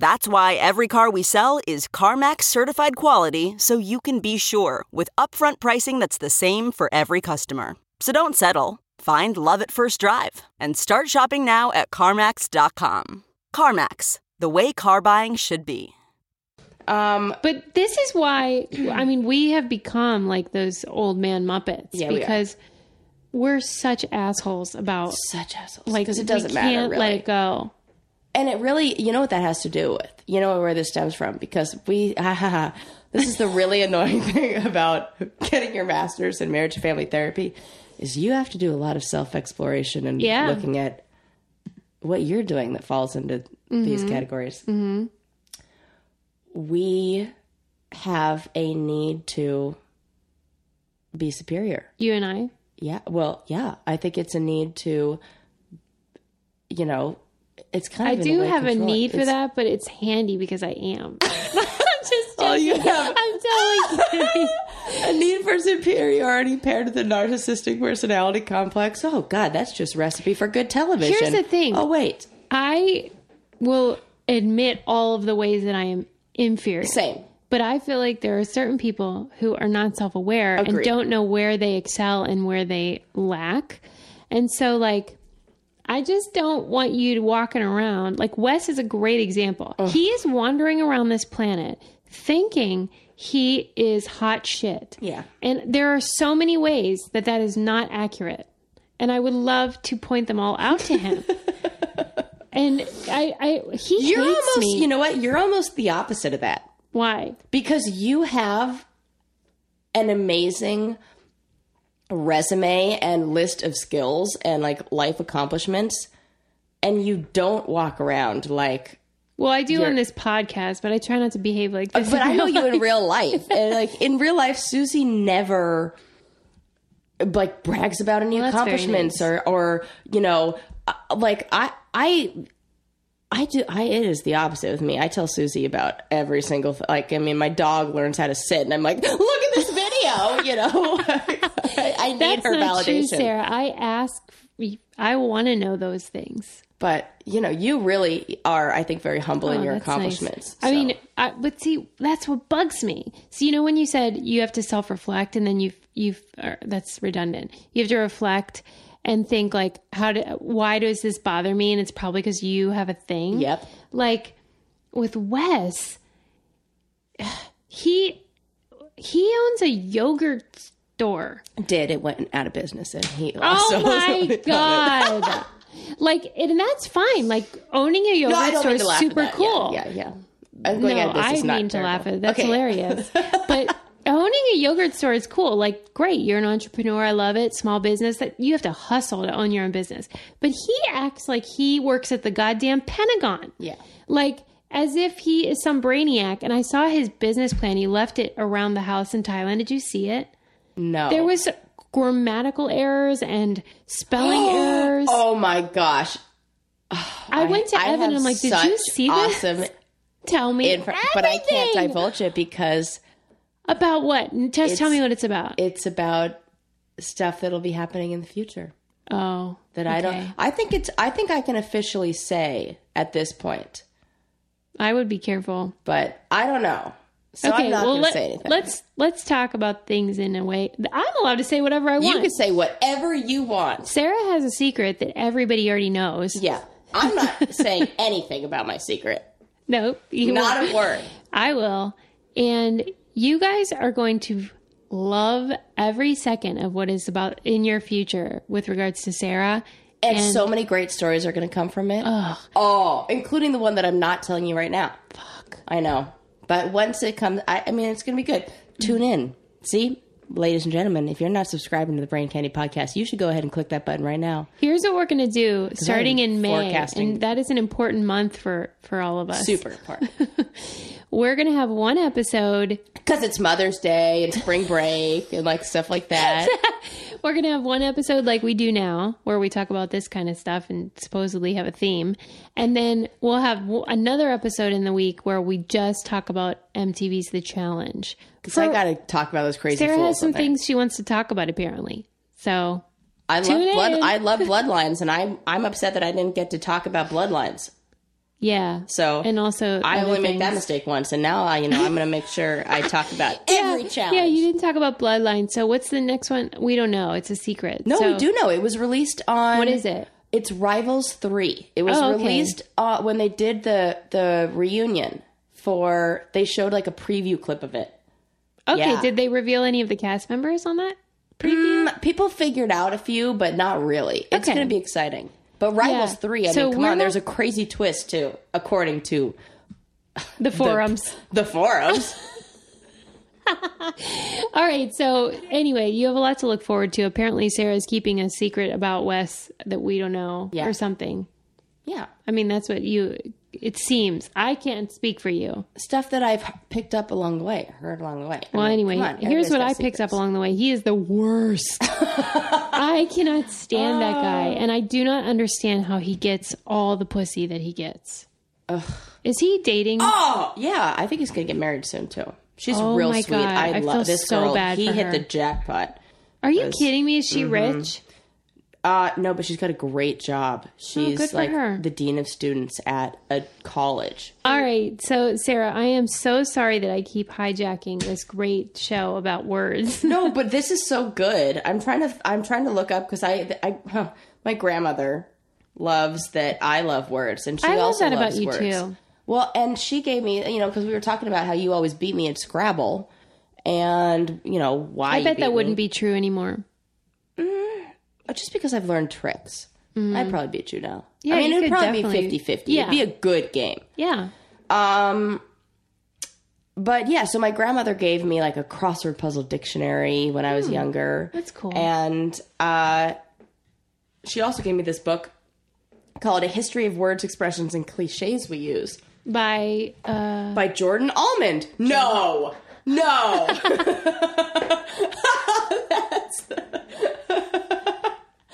Speaker 6: That's why every car we sell is CarMax certified quality so you can be sure with upfront pricing that's the same for every customer. So don't settle. Find love at first drive and start shopping now at CarMax.com. CarMax, the way car buying should be.
Speaker 2: [LAUGHS] Um
Speaker 1: But this is why I mean we have become like those old man Muppets
Speaker 2: Yeah, we are.
Speaker 1: because we are such assholes about
Speaker 2: such assholes.
Speaker 1: like
Speaker 2: because it
Speaker 1: we
Speaker 2: doesn't matter
Speaker 1: can't
Speaker 2: really.
Speaker 1: let it go.
Speaker 2: And it really, you know what that has to do with? You know where this stems from? Because we, [LAUGHS] ah, ha, ha. this is the really annoying [LAUGHS] thing about getting your master's in marriage and family therapy is you have to do a lot of self exploration and
Speaker 1: Yeah.
Speaker 2: looking at what you're doing that falls into these categories. Mm-hmm. We have a need to be superior.
Speaker 1: You and I.
Speaker 2: Yeah. Well, yeah. I think it's a need to, you know, it's kind
Speaker 1: I
Speaker 2: of. in
Speaker 1: do
Speaker 2: way
Speaker 1: have a
Speaker 2: controlling.
Speaker 1: need for
Speaker 2: It's-
Speaker 1: that, but it's handy because I am. [LAUGHS] I'm just joking.
Speaker 2: Oh, [LAUGHS] you have-
Speaker 1: I'm totally kidding.
Speaker 2: A need for superiority paired with a narcissistic personality complex. Oh God, that's just recipe for good television.
Speaker 1: Here's the thing.
Speaker 2: Oh wait,
Speaker 1: I will admit all of the ways that I am inferior.
Speaker 2: same.
Speaker 1: But I feel like there are certain people who are not self aware and
Speaker 2: Agreed.
Speaker 1: don't know where they excel and where they lack. And so, like, I just don't want you walking around. Like, Wes is a great example. He is wandering around this planet thinking he is hot shit.
Speaker 2: Yeah.
Speaker 1: And there are so many ways that that is not accurate. And I would love to point them all out to
Speaker 2: [LAUGHS]
Speaker 1: him. and I, I, he
Speaker 2: You're
Speaker 1: hates
Speaker 2: almost.
Speaker 1: me.
Speaker 2: You know what? You're almost the opposite of that
Speaker 1: Why?
Speaker 2: because you have an amazing resume and list of skills and like life accomplishments, and you don't walk around like
Speaker 1: Well, I do on this podcast, but I try not to behave like this.
Speaker 2: Uh, but I know
Speaker 1: real [LAUGHS]
Speaker 2: you in
Speaker 1: life.
Speaker 2: real life, and like in real life, Susie never like brags about any
Speaker 1: Well, that's very
Speaker 2: accomplishments or or you know uh, like I I. I do. I it is the opposite with me. I tell Susie about every single th- like. I mean, my dog learns how to sit, and I'm like, "Look at this video," you know. [LAUGHS] I, I need
Speaker 1: That's
Speaker 2: her
Speaker 1: not true,
Speaker 2: validation.
Speaker 1: Sarah. I ask. I want to know those things.
Speaker 2: But you know, you really are. I think very humble in
Speaker 1: Oh,
Speaker 2: your
Speaker 1: that's nice.
Speaker 2: accomplishments.
Speaker 1: I
Speaker 2: so.
Speaker 1: mean, I, but see, that's what bugs me. So you know, when you said you have to self-reflect, and then you've you've or that's redundant. You have to reflect and think like, how do why does this bother me? And it's probably because you have a thing.
Speaker 2: Yep.
Speaker 1: Like with Wes, [SIGHS] he he owns a yogurt store.
Speaker 2: did it went out of business, and he. also [LAUGHS]
Speaker 1: oh my god! like, and that's fine. Like owning a yogurt
Speaker 2: No, I don't
Speaker 1: store
Speaker 2: mean
Speaker 1: is
Speaker 2: to laugh
Speaker 1: super
Speaker 2: at that. Yeah,
Speaker 1: cool.
Speaker 2: Yeah, yeah. I'm going
Speaker 1: no,
Speaker 2: at this
Speaker 1: I
Speaker 2: is not
Speaker 1: mean to
Speaker 2: terrible.
Speaker 1: laugh at it. That's
Speaker 2: Okay. [LAUGHS]
Speaker 1: hilarious. but owning a yogurt store is cool. Like, great, you're an entrepreneur. I love it. Small business. That you have to hustle to own your own business. But he acts like he works at the goddamn Pentagon.
Speaker 2: Yeah.
Speaker 1: Like as if he is some brainiac. And I saw his business plan. He left it around the house in Thailand. Did you see it?
Speaker 2: No.
Speaker 1: There was grammatical errors and spelling errors.
Speaker 2: [GASPS] Oh my gosh.
Speaker 1: I went to
Speaker 2: I
Speaker 1: Evan
Speaker 2: have
Speaker 1: and I'm like, did
Speaker 2: such
Speaker 1: you see
Speaker 2: awesome
Speaker 1: this? Tell me.
Speaker 2: Inf- but I can't
Speaker 1: everything."
Speaker 2: divulge it because
Speaker 1: About what? Just tell me what it's about.
Speaker 2: it's about stuff that'll be happening in the future
Speaker 1: oh.
Speaker 2: that I don't.
Speaker 1: okay.
Speaker 2: I think it's. I think I can officially say at this point,
Speaker 1: I would be careful.
Speaker 2: but I don't know. So I'm not going to
Speaker 1: let,
Speaker 2: say anything.
Speaker 1: let's let's talk about things in a way. I'm allowed to say whatever I want.
Speaker 2: You can say whatever you want.
Speaker 1: Sarah has a secret that everybody already knows.
Speaker 2: Yeah, I'm not [LAUGHS] saying anything about my secret.
Speaker 1: Nope. You
Speaker 2: Not
Speaker 1: won't.
Speaker 2: a word.
Speaker 1: I will. And you guys are going to love every second of what is about in your future with regards to Sarah.
Speaker 2: And, so many great stories are going to come from it. Oh, including the one that I'm not telling you right now. Fuck. I know. But once it comes, I, I mean, it's going to be good. Tune in. See, ladies and gentlemen, if you're not subscribing to the Brain Candy Podcast, you should go ahead and click that button right now.
Speaker 1: Here's what we're going to do starting in May.
Speaker 2: forecasting.
Speaker 1: And that is an important month for for all of us. [LAUGHS]
Speaker 2: Super part.
Speaker 1: We're going to have one episode
Speaker 2: Because it's Mother's Day and spring break and like stuff
Speaker 1: [LAUGHS]
Speaker 2: like that.
Speaker 1: We're going to have one episode like we do now where we talk about this kind of stuff and supposedly have a theme. And then we'll have w- another episode in the week where we just talk about MTV's The Challenge.
Speaker 2: Because I got to talk about those crazy
Speaker 1: Sarah
Speaker 2: fools.
Speaker 1: has some
Speaker 2: someday.
Speaker 1: things she wants to talk about apparently. So,
Speaker 2: I
Speaker 1: Tune
Speaker 2: love blood.
Speaker 1: in.
Speaker 2: I love bloodlines, and I'm I'm upset that I didn't get to talk about bloodlines.
Speaker 1: yeah.
Speaker 2: So
Speaker 1: and also
Speaker 2: I
Speaker 1: other
Speaker 2: only made that
Speaker 1: things.
Speaker 2: mistake once, and now I you know I'm going to make sure
Speaker 1: [LAUGHS]
Speaker 2: I talk about every challenge.
Speaker 1: Yeah, you didn't talk about bloodline. So what's the next one? We don't know. It's a secret.
Speaker 2: no,
Speaker 1: So
Speaker 2: we do know it was released on.
Speaker 1: What is it?
Speaker 2: It's Rivals Three. It was
Speaker 1: Oh, okay.
Speaker 2: released uh, when they did the the reunion for. They showed like a preview clip of it.
Speaker 1: Okay,
Speaker 2: Yeah.
Speaker 1: did they reveal any of the cast members on that?
Speaker 2: Mm, people figured out a few, but not really. It's
Speaker 1: Okay.
Speaker 2: going to be exciting. But Rivals
Speaker 1: Yeah.
Speaker 2: Three, I
Speaker 1: So
Speaker 2: mean, come
Speaker 1: we're
Speaker 2: on.
Speaker 1: not-
Speaker 2: There's a crazy twist too, according to
Speaker 1: The forums.
Speaker 2: [LAUGHS]
Speaker 1: [LAUGHS]
Speaker 2: the forums.
Speaker 1: All right. So anyway, you have a lot to look forward to. Apparently, Sarah's keeping a secret about Wes that we don't know
Speaker 2: Yeah.
Speaker 1: or something.
Speaker 2: yeah.
Speaker 1: I mean, that's what you. It seems I can't speak for you.
Speaker 2: stuff that I've picked up along the way, heard along the way.
Speaker 1: Well, anyway, here's what I picked up along the way. He is the
Speaker 2: [LAUGHS]
Speaker 1: worst. I cannot stand that guy,
Speaker 2: Oh.
Speaker 1: and I do not understand how he gets all the pussy that he gets. Is he dating?
Speaker 2: Oh, yeah, I think he's gonna get married soon too. She's
Speaker 1: Oh
Speaker 2: real
Speaker 1: my
Speaker 2: sweet.
Speaker 1: God,
Speaker 2: I,
Speaker 1: I feel
Speaker 2: love this
Speaker 1: so
Speaker 2: girl.
Speaker 1: bad
Speaker 2: he
Speaker 1: for
Speaker 2: hit
Speaker 1: her.
Speaker 2: the jackpot.
Speaker 1: Are you kidding me? Is she rich?
Speaker 2: Uh, no, but she's got a great job. She's
Speaker 1: Oh, good for
Speaker 2: like
Speaker 1: her.
Speaker 2: the dean of students at a college.
Speaker 1: All right. So, Sarah, I am so sorry that I keep hijacking this great show about words. [LAUGHS]
Speaker 2: No, [LAUGHS] but this is so good. I'm trying to I'm trying to look up because I I my grandmother loves that I love words and she
Speaker 1: I love
Speaker 2: also
Speaker 1: that about
Speaker 2: loves
Speaker 1: you,
Speaker 2: words.
Speaker 1: too.
Speaker 2: Well, and she gave me you know because we were talking about how you always beat me at Scrabble, and you know why
Speaker 1: I
Speaker 2: you
Speaker 1: bet
Speaker 2: beat
Speaker 1: that wouldn't
Speaker 2: me.
Speaker 1: be true anymore.
Speaker 2: Oh, just because I've learned tricks. I'd probably beat you now.
Speaker 1: Mm-hmm. Yeah,
Speaker 2: I mean
Speaker 1: you
Speaker 2: it'd
Speaker 1: could
Speaker 2: probably
Speaker 1: definitely-
Speaker 2: be 50-50.
Speaker 1: Yeah.
Speaker 2: It'd be a good game.
Speaker 1: Yeah.
Speaker 2: Um, but yeah, so my grandmother gave me like a crossword puzzle dictionary when I was younger.
Speaker 1: Hmm. that's cool.
Speaker 2: And uh, she also gave me this book called A History of Words, Expressions, and Cliches We Use
Speaker 1: By uh [LAUGHS]
Speaker 2: by Jordan Almond. No, no. [LAUGHS] That's.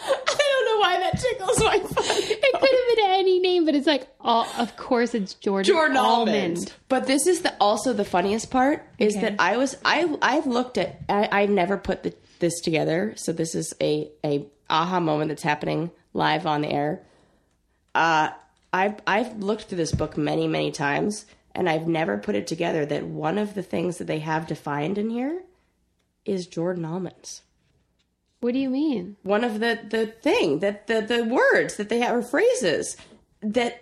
Speaker 2: I don't know why that tickles my [LAUGHS] funny.
Speaker 1: it could have been any name, but it's like all of course it's Jordan,
Speaker 2: Jordan Almond. But this is the also the funniest part is that I was I I looked at I, I never put the, this together, so this is a a aha moment that's happening live on the air. Uh, I've I've looked through this book many many times, and I've never put it together that one of the things that they have defined in here is Jordan almonds.
Speaker 1: What do you mean?
Speaker 2: One of the the thing that the the words that they have or phrases that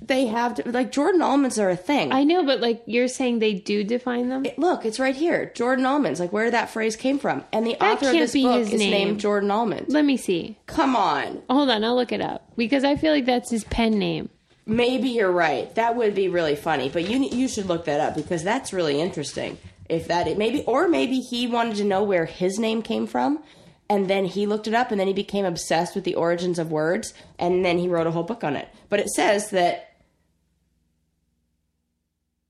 Speaker 2: they have to, like Jordan almonds are a thing.
Speaker 1: I know, but like you're saying they do define them?
Speaker 2: It- look, it's right here. Jordan Almonds. Like, where that phrase came from. And the
Speaker 1: That
Speaker 2: author of
Speaker 1: can't
Speaker 2: this
Speaker 1: be
Speaker 2: book
Speaker 1: his
Speaker 2: is
Speaker 1: name.
Speaker 2: named Jordan Almond.
Speaker 1: Let me see.
Speaker 2: Come on.
Speaker 1: Hold on, I'll look it up because I feel like that's his pen name.
Speaker 2: Maybe you're right. That would be really funny. But you you should look that up because that's really interesting. If that it maybe or maybe he wanted to know where his name came from, and then he looked it up, and then he became obsessed with the origins of words, and then he wrote a whole book on it. But it says that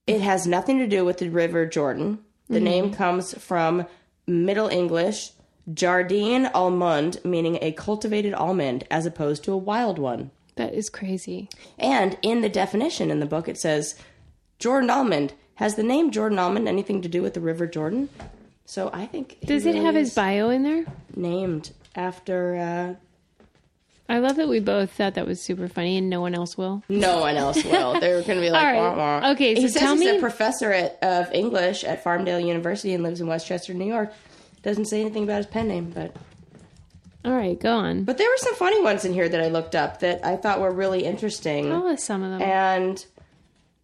Speaker 2: it has nothing to do with the River Jordan. The name comes from Middle English Jardine almond, meaning a cultivated almond as opposed to a wild one.
Speaker 1: That is crazy.
Speaker 2: And in the definition in the book, it says Jordan almond. Has the name Jordan almond anything to do with the River Jordan? So I think he
Speaker 1: Does it
Speaker 2: really
Speaker 1: have his
Speaker 2: is
Speaker 1: bio in there?
Speaker 2: named after uh,
Speaker 1: I love that we both thought that was super funny and no one else will.
Speaker 2: No one else will. They're going to be like,
Speaker 1: [LAUGHS] All right.
Speaker 2: wah, wah.
Speaker 1: Okay,
Speaker 2: He
Speaker 1: so
Speaker 2: says
Speaker 1: tell
Speaker 2: he's
Speaker 1: me-
Speaker 2: a professor at, of English at Farmdale University and lives in Westchester, New York. Doesn't say anything about his pen name, but
Speaker 1: All right, go on.
Speaker 2: but there were some funny ones in here that I looked up that I thought were really interesting.
Speaker 1: Tell us some of them.
Speaker 2: And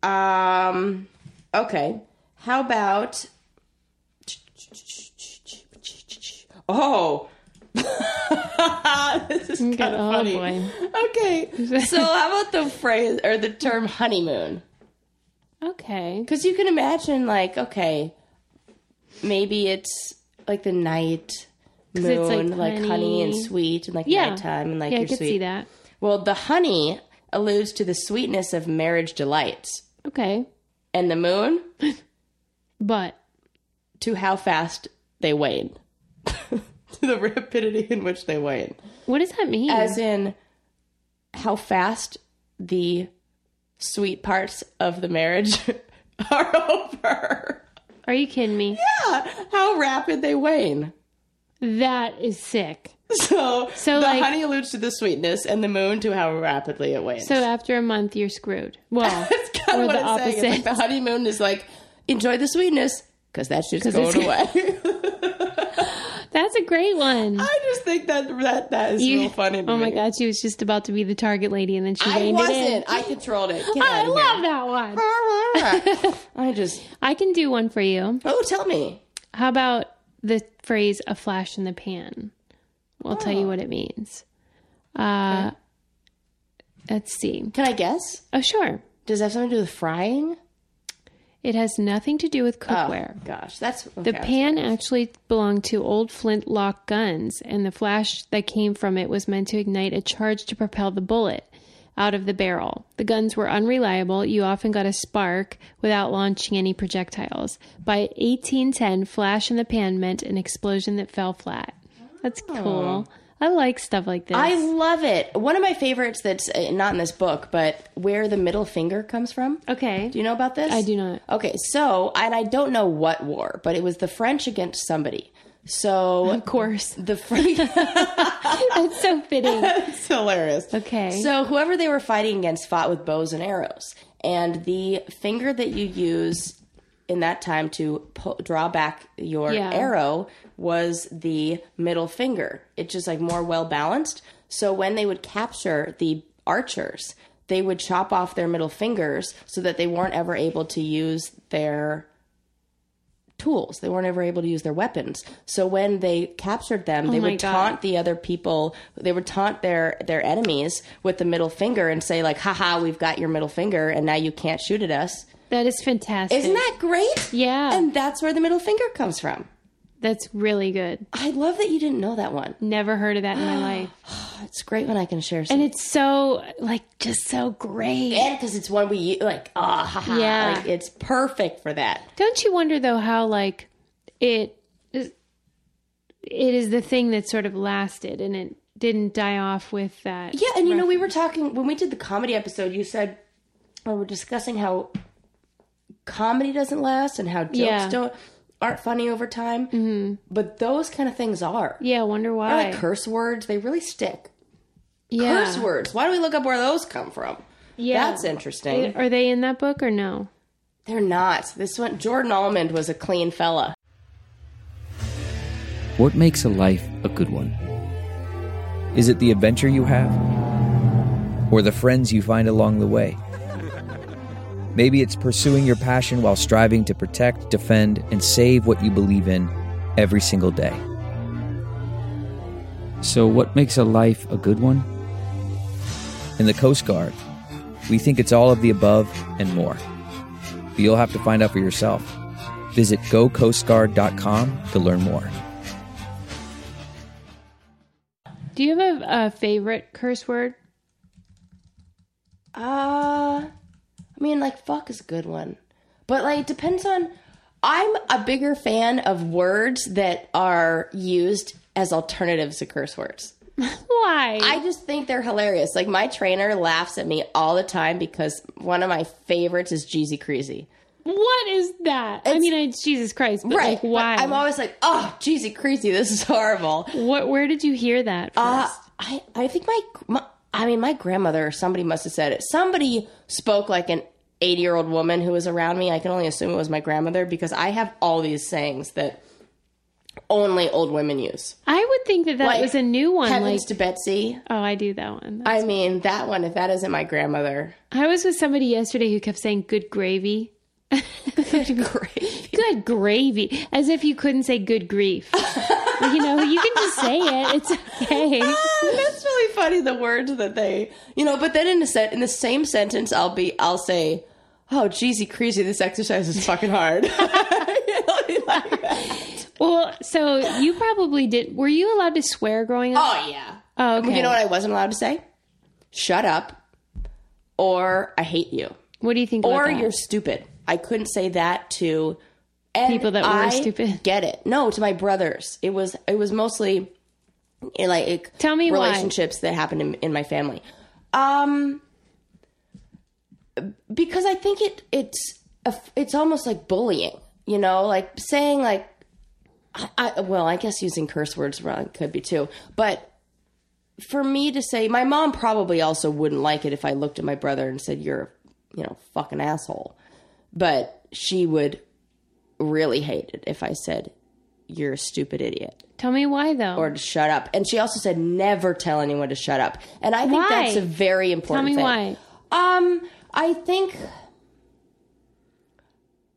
Speaker 2: um, okay, how about? Oh, [LAUGHS] this is kind of
Speaker 1: oh,
Speaker 2: funny.
Speaker 1: boy.
Speaker 2: Okay, so how about the phrase or the term honeymoon? [LAUGHS]
Speaker 1: Okay.
Speaker 2: Because you can imagine, like, okay, maybe it's like the night moon,
Speaker 1: it's, like,
Speaker 2: like, honey.
Speaker 1: honey.
Speaker 2: and sweet, and like
Speaker 1: Yeah.
Speaker 2: nighttime, and like
Speaker 1: yeah,
Speaker 2: you're
Speaker 1: I could
Speaker 2: sweet.
Speaker 1: see that.
Speaker 2: Well, the honey alludes to the sweetness of marriage delights,
Speaker 1: Okay.
Speaker 2: and the moon
Speaker 1: But
Speaker 2: to how fast they wane, [LAUGHS] to the rapidity in which they wane,
Speaker 1: what does that mean?
Speaker 2: as in how fast the sweet parts of the marriage [LAUGHS] are over.
Speaker 1: Are you kidding me?
Speaker 2: How rapid they wane.
Speaker 1: That is sick.
Speaker 2: So,
Speaker 1: So,
Speaker 2: the
Speaker 1: like-
Speaker 2: honey alludes to the sweetness and the moon to how rapidly it wanes.
Speaker 1: So after a month, you're screwed. Well,
Speaker 2: [LAUGHS] that's kind
Speaker 1: or
Speaker 2: of what
Speaker 1: the
Speaker 2: I'm saying. It's like
Speaker 1: opposite.
Speaker 2: the honeymoon is like, enjoy the sweetness because that
Speaker 1: [LAUGHS]
Speaker 2: shit's
Speaker 1: it's-
Speaker 2: going away. [LAUGHS]
Speaker 1: that's a great one.
Speaker 2: I just think that that, that is
Speaker 1: You-
Speaker 2: real funny. To
Speaker 1: oh my
Speaker 2: me.
Speaker 1: god, she was just about to be the target lady, and then she
Speaker 2: I
Speaker 1: reined it in.
Speaker 2: wasn't. I controlled it.
Speaker 1: [LAUGHS]
Speaker 2: Get
Speaker 1: I
Speaker 2: outta here.
Speaker 1: love that one.
Speaker 2: [LAUGHS] I just.
Speaker 1: I can do one for you.
Speaker 2: Oh, tell me.
Speaker 1: How about the phrase "a flash in the pan"? I'll tell
Speaker 2: Oh.
Speaker 1: you what it means. Uh, Let's see.
Speaker 2: Can I guess?
Speaker 1: Oh, sure.
Speaker 2: Does that have something to do with frying?
Speaker 1: It has nothing to do with cookware.
Speaker 2: Gosh, that's Oh, okay.
Speaker 1: Oh, The pan actually belonged to old flintlock guns, and the flash that came from it was meant to ignite a charge to propel the bullet out of the barrel. The guns were unreliable. You often got a spark without launching any projectiles. By 1810, flash in the pan meant an explosion that fell flat. That's cool. I like stuff like this.
Speaker 2: Oh. I love it. One of my favorites that's uh, not in this book, but where the middle finger comes from. [LAUGHS]
Speaker 1: okay.
Speaker 2: Do you know about this?
Speaker 1: I do not.
Speaker 2: Okay, so and I don't know what war, but it was the French against somebody. So
Speaker 1: Of course. [LAUGHS]
Speaker 2: the French [LAUGHS]
Speaker 1: That's so fitting.
Speaker 2: It's hilarious.
Speaker 1: Okay.
Speaker 2: [LAUGHS] So whoever they were fighting against fought with bows and arrows, and the finger that you use in that time to pull, draw back your
Speaker 1: Yeah.
Speaker 2: arrow was the middle finger. It's just like more well balanced. So when they would capture the archers, they would chop off their middle fingers so that they weren't ever able to use their tools. They weren't ever able to use their weapons. So when they captured them, they
Speaker 1: my
Speaker 2: would
Speaker 1: God.
Speaker 2: taunt the other people. They would taunt their their enemies with the middle finger and say like, "Haha, we've got your middle finger, and now you can't shoot at us."
Speaker 1: That is fantastic.
Speaker 2: Isn't that great?
Speaker 1: Yeah.
Speaker 2: And that's where the middle finger comes from.
Speaker 1: That's really good.
Speaker 2: I love that you didn't know that one.
Speaker 1: Never heard of that
Speaker 2: [GASPS]
Speaker 1: in my life.
Speaker 2: It's great when I can share some.
Speaker 1: And it's so like just so great.
Speaker 2: And because it's one we u- like, ah, ha, ha.
Speaker 1: Yeah.
Speaker 2: Like, it's perfect for that.
Speaker 1: Don't you wonder though how like it it is the thing that sort of lasted and it didn't die off with that.
Speaker 2: Yeah, and you know, we were talking when we did the comedy episode. You said we were discussing how comedy doesn't last and how jokes
Speaker 1: Yeah.
Speaker 2: don't aren't funny over time. Mm-hmm. But those kind of things are.
Speaker 1: Yeah, wonder why.
Speaker 2: They're like curse words. They really stick.
Speaker 1: yeah.
Speaker 2: Curse words. Why do we look up where those come from?
Speaker 1: Yeah.
Speaker 2: That's interesting.
Speaker 1: Are they in that book or no?
Speaker 2: They're not. This one, Jordan Almond was a clean fella.
Speaker 7: What makes a life a good one? Is it the adventure you have? Or the friends you find along the way? Maybe it's pursuing your passion while striving to protect, defend, and save what you believe in every single day. So, what makes a life a good one? In the Coast Guard, we think it's all of the above and more. But you'll have to find out for yourself. Visit gocoastguard.com to learn more.
Speaker 1: Do you have a, a favorite curse word?
Speaker 2: Uh I mean like fuck is a good one. But like it depends on I'm a bigger fan of words that are used as alternatives to curse words.
Speaker 1: Why?
Speaker 2: I just think they're hilarious. Like my trainer laughs at me all the time because one of my favorites is Jeezy Creasy.
Speaker 1: what is that? I mean, it's Jesus Christ, but like,
Speaker 2: but
Speaker 1: why?
Speaker 2: I'm always like, oh, Jeezy Creasy, this is horrible.
Speaker 1: what? Where did you hear that? First?
Speaker 2: Uh, I I think my, my I mean my grandmother or somebody must have said it. Somebody spoke like an 80 year old woman who was around me. I can only assume it was my grandmother because I have all these sayings that only old women use.
Speaker 1: I would think that that
Speaker 2: like,
Speaker 1: was a new one.
Speaker 2: Heavens
Speaker 1: Like,
Speaker 2: to Betsy.
Speaker 1: oh, I do that one.
Speaker 2: I mean that one. If that isn't
Speaker 1: [LAUGHS]
Speaker 2: my grandmother,
Speaker 1: I was with somebody yesterday who kept saying "good
Speaker 2: [LAUGHS]
Speaker 1: gravy."
Speaker 2: great.
Speaker 1: Good gravy, as if you couldn't say "good grief." you know, you can just say it. It's okay.
Speaker 2: Ah, that's really funny the words that they you know but then in the set in the same sentence i'll be i'll say oh jeezy crazy this exercise is fucking hard [LAUGHS] It'll be like that.
Speaker 1: Well, so you probably did. Were you allowed to swear growing up?
Speaker 2: oh yeah
Speaker 1: [LAUGHS] Oh, okay.
Speaker 2: you know what i wasn't allowed to say shut up or i hate you
Speaker 1: What do you think?
Speaker 2: or
Speaker 1: about that?
Speaker 2: you're stupid i couldn't say that to and
Speaker 1: People that were
Speaker 2: I
Speaker 1: stupid.
Speaker 2: get it no to my brothers it was it was mostly in like it-
Speaker 1: Tell me why.
Speaker 2: relationships that happened in, in my family um because i think it it's a, it's almost like bullying you know like saying like I, I well i guess using curse words wrong could be too but for me to say my mom probably also wouldn't like it if i looked at my brother and said you're a, you know fucking asshole but she would really hate it if i said you're a stupid idiot
Speaker 1: Tell me why though.
Speaker 2: or to shut up. And she also said never tell anyone to shut up. And I think
Speaker 1: Why?
Speaker 2: that's a very
Speaker 1: Tell
Speaker 2: important
Speaker 1: me
Speaker 2: thing.
Speaker 1: why.
Speaker 2: Um, I think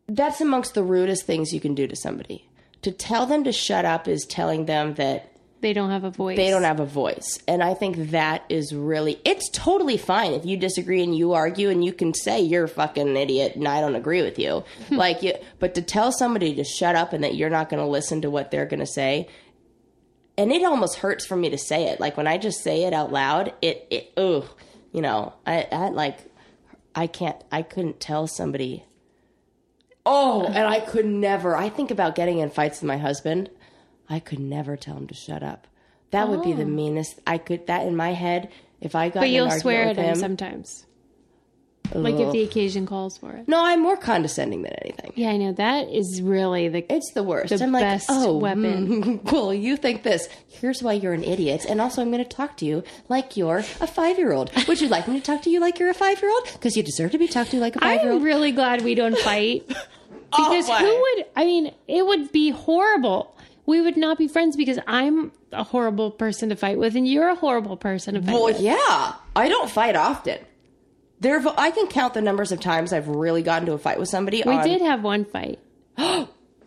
Speaker 2: that's amongst the rudest things you can do to somebody. To tell them to shut up is telling them that
Speaker 1: They don't have a voice.
Speaker 2: they don't have a voice. And I think that is really it's totally fine if you disagree and you argue and you can say you're a fucking idiot and I don't agree with you. like you but to tell somebody to shut up and that you're not going to listen to what they're going to say and it almost hurts for me to say it. Like when I just say it out loud, it it ugh, you know, I I like I can't I couldn't tell somebody Oh, and I could never. I think about getting in fights with my husband. I could never tell him to shut up. That would be the meanest. I could that in my head. If I
Speaker 1: Oh.
Speaker 2: got,
Speaker 1: But
Speaker 2: in an
Speaker 1: you'll
Speaker 2: argument
Speaker 1: swear at
Speaker 2: with oh.
Speaker 1: him, sometimes, like if the occasion calls for it.
Speaker 2: no, I'm more condescending than anything.
Speaker 1: Yeah, I know that is really the.
Speaker 2: It's the worst.
Speaker 1: The
Speaker 2: I'm like,
Speaker 1: best
Speaker 2: oh,
Speaker 1: weapon.
Speaker 2: [LAUGHS] mm, cool. You think this? Here's why you're an idiot. And also, I'm going to talk to you like you're a five year old. Would you like me to talk to you like you're a five year old? Because you deserve to be talked to like a five year
Speaker 1: I'm
Speaker 2: old.
Speaker 1: really glad we don't
Speaker 2: [LAUGHS]
Speaker 1: fight because
Speaker 2: Oh, why?
Speaker 1: who would? I mean, it would be horrible. We would not be friends because I'm a horrible person to fight with, and you're a horrible person to fight
Speaker 2: Well,
Speaker 1: with.
Speaker 2: yeah. I don't fight often. There, have- I can count the numbers of times I've really gotten to a fight with somebody.
Speaker 1: We
Speaker 2: on-
Speaker 1: did have one fight.
Speaker 2: [LAUGHS]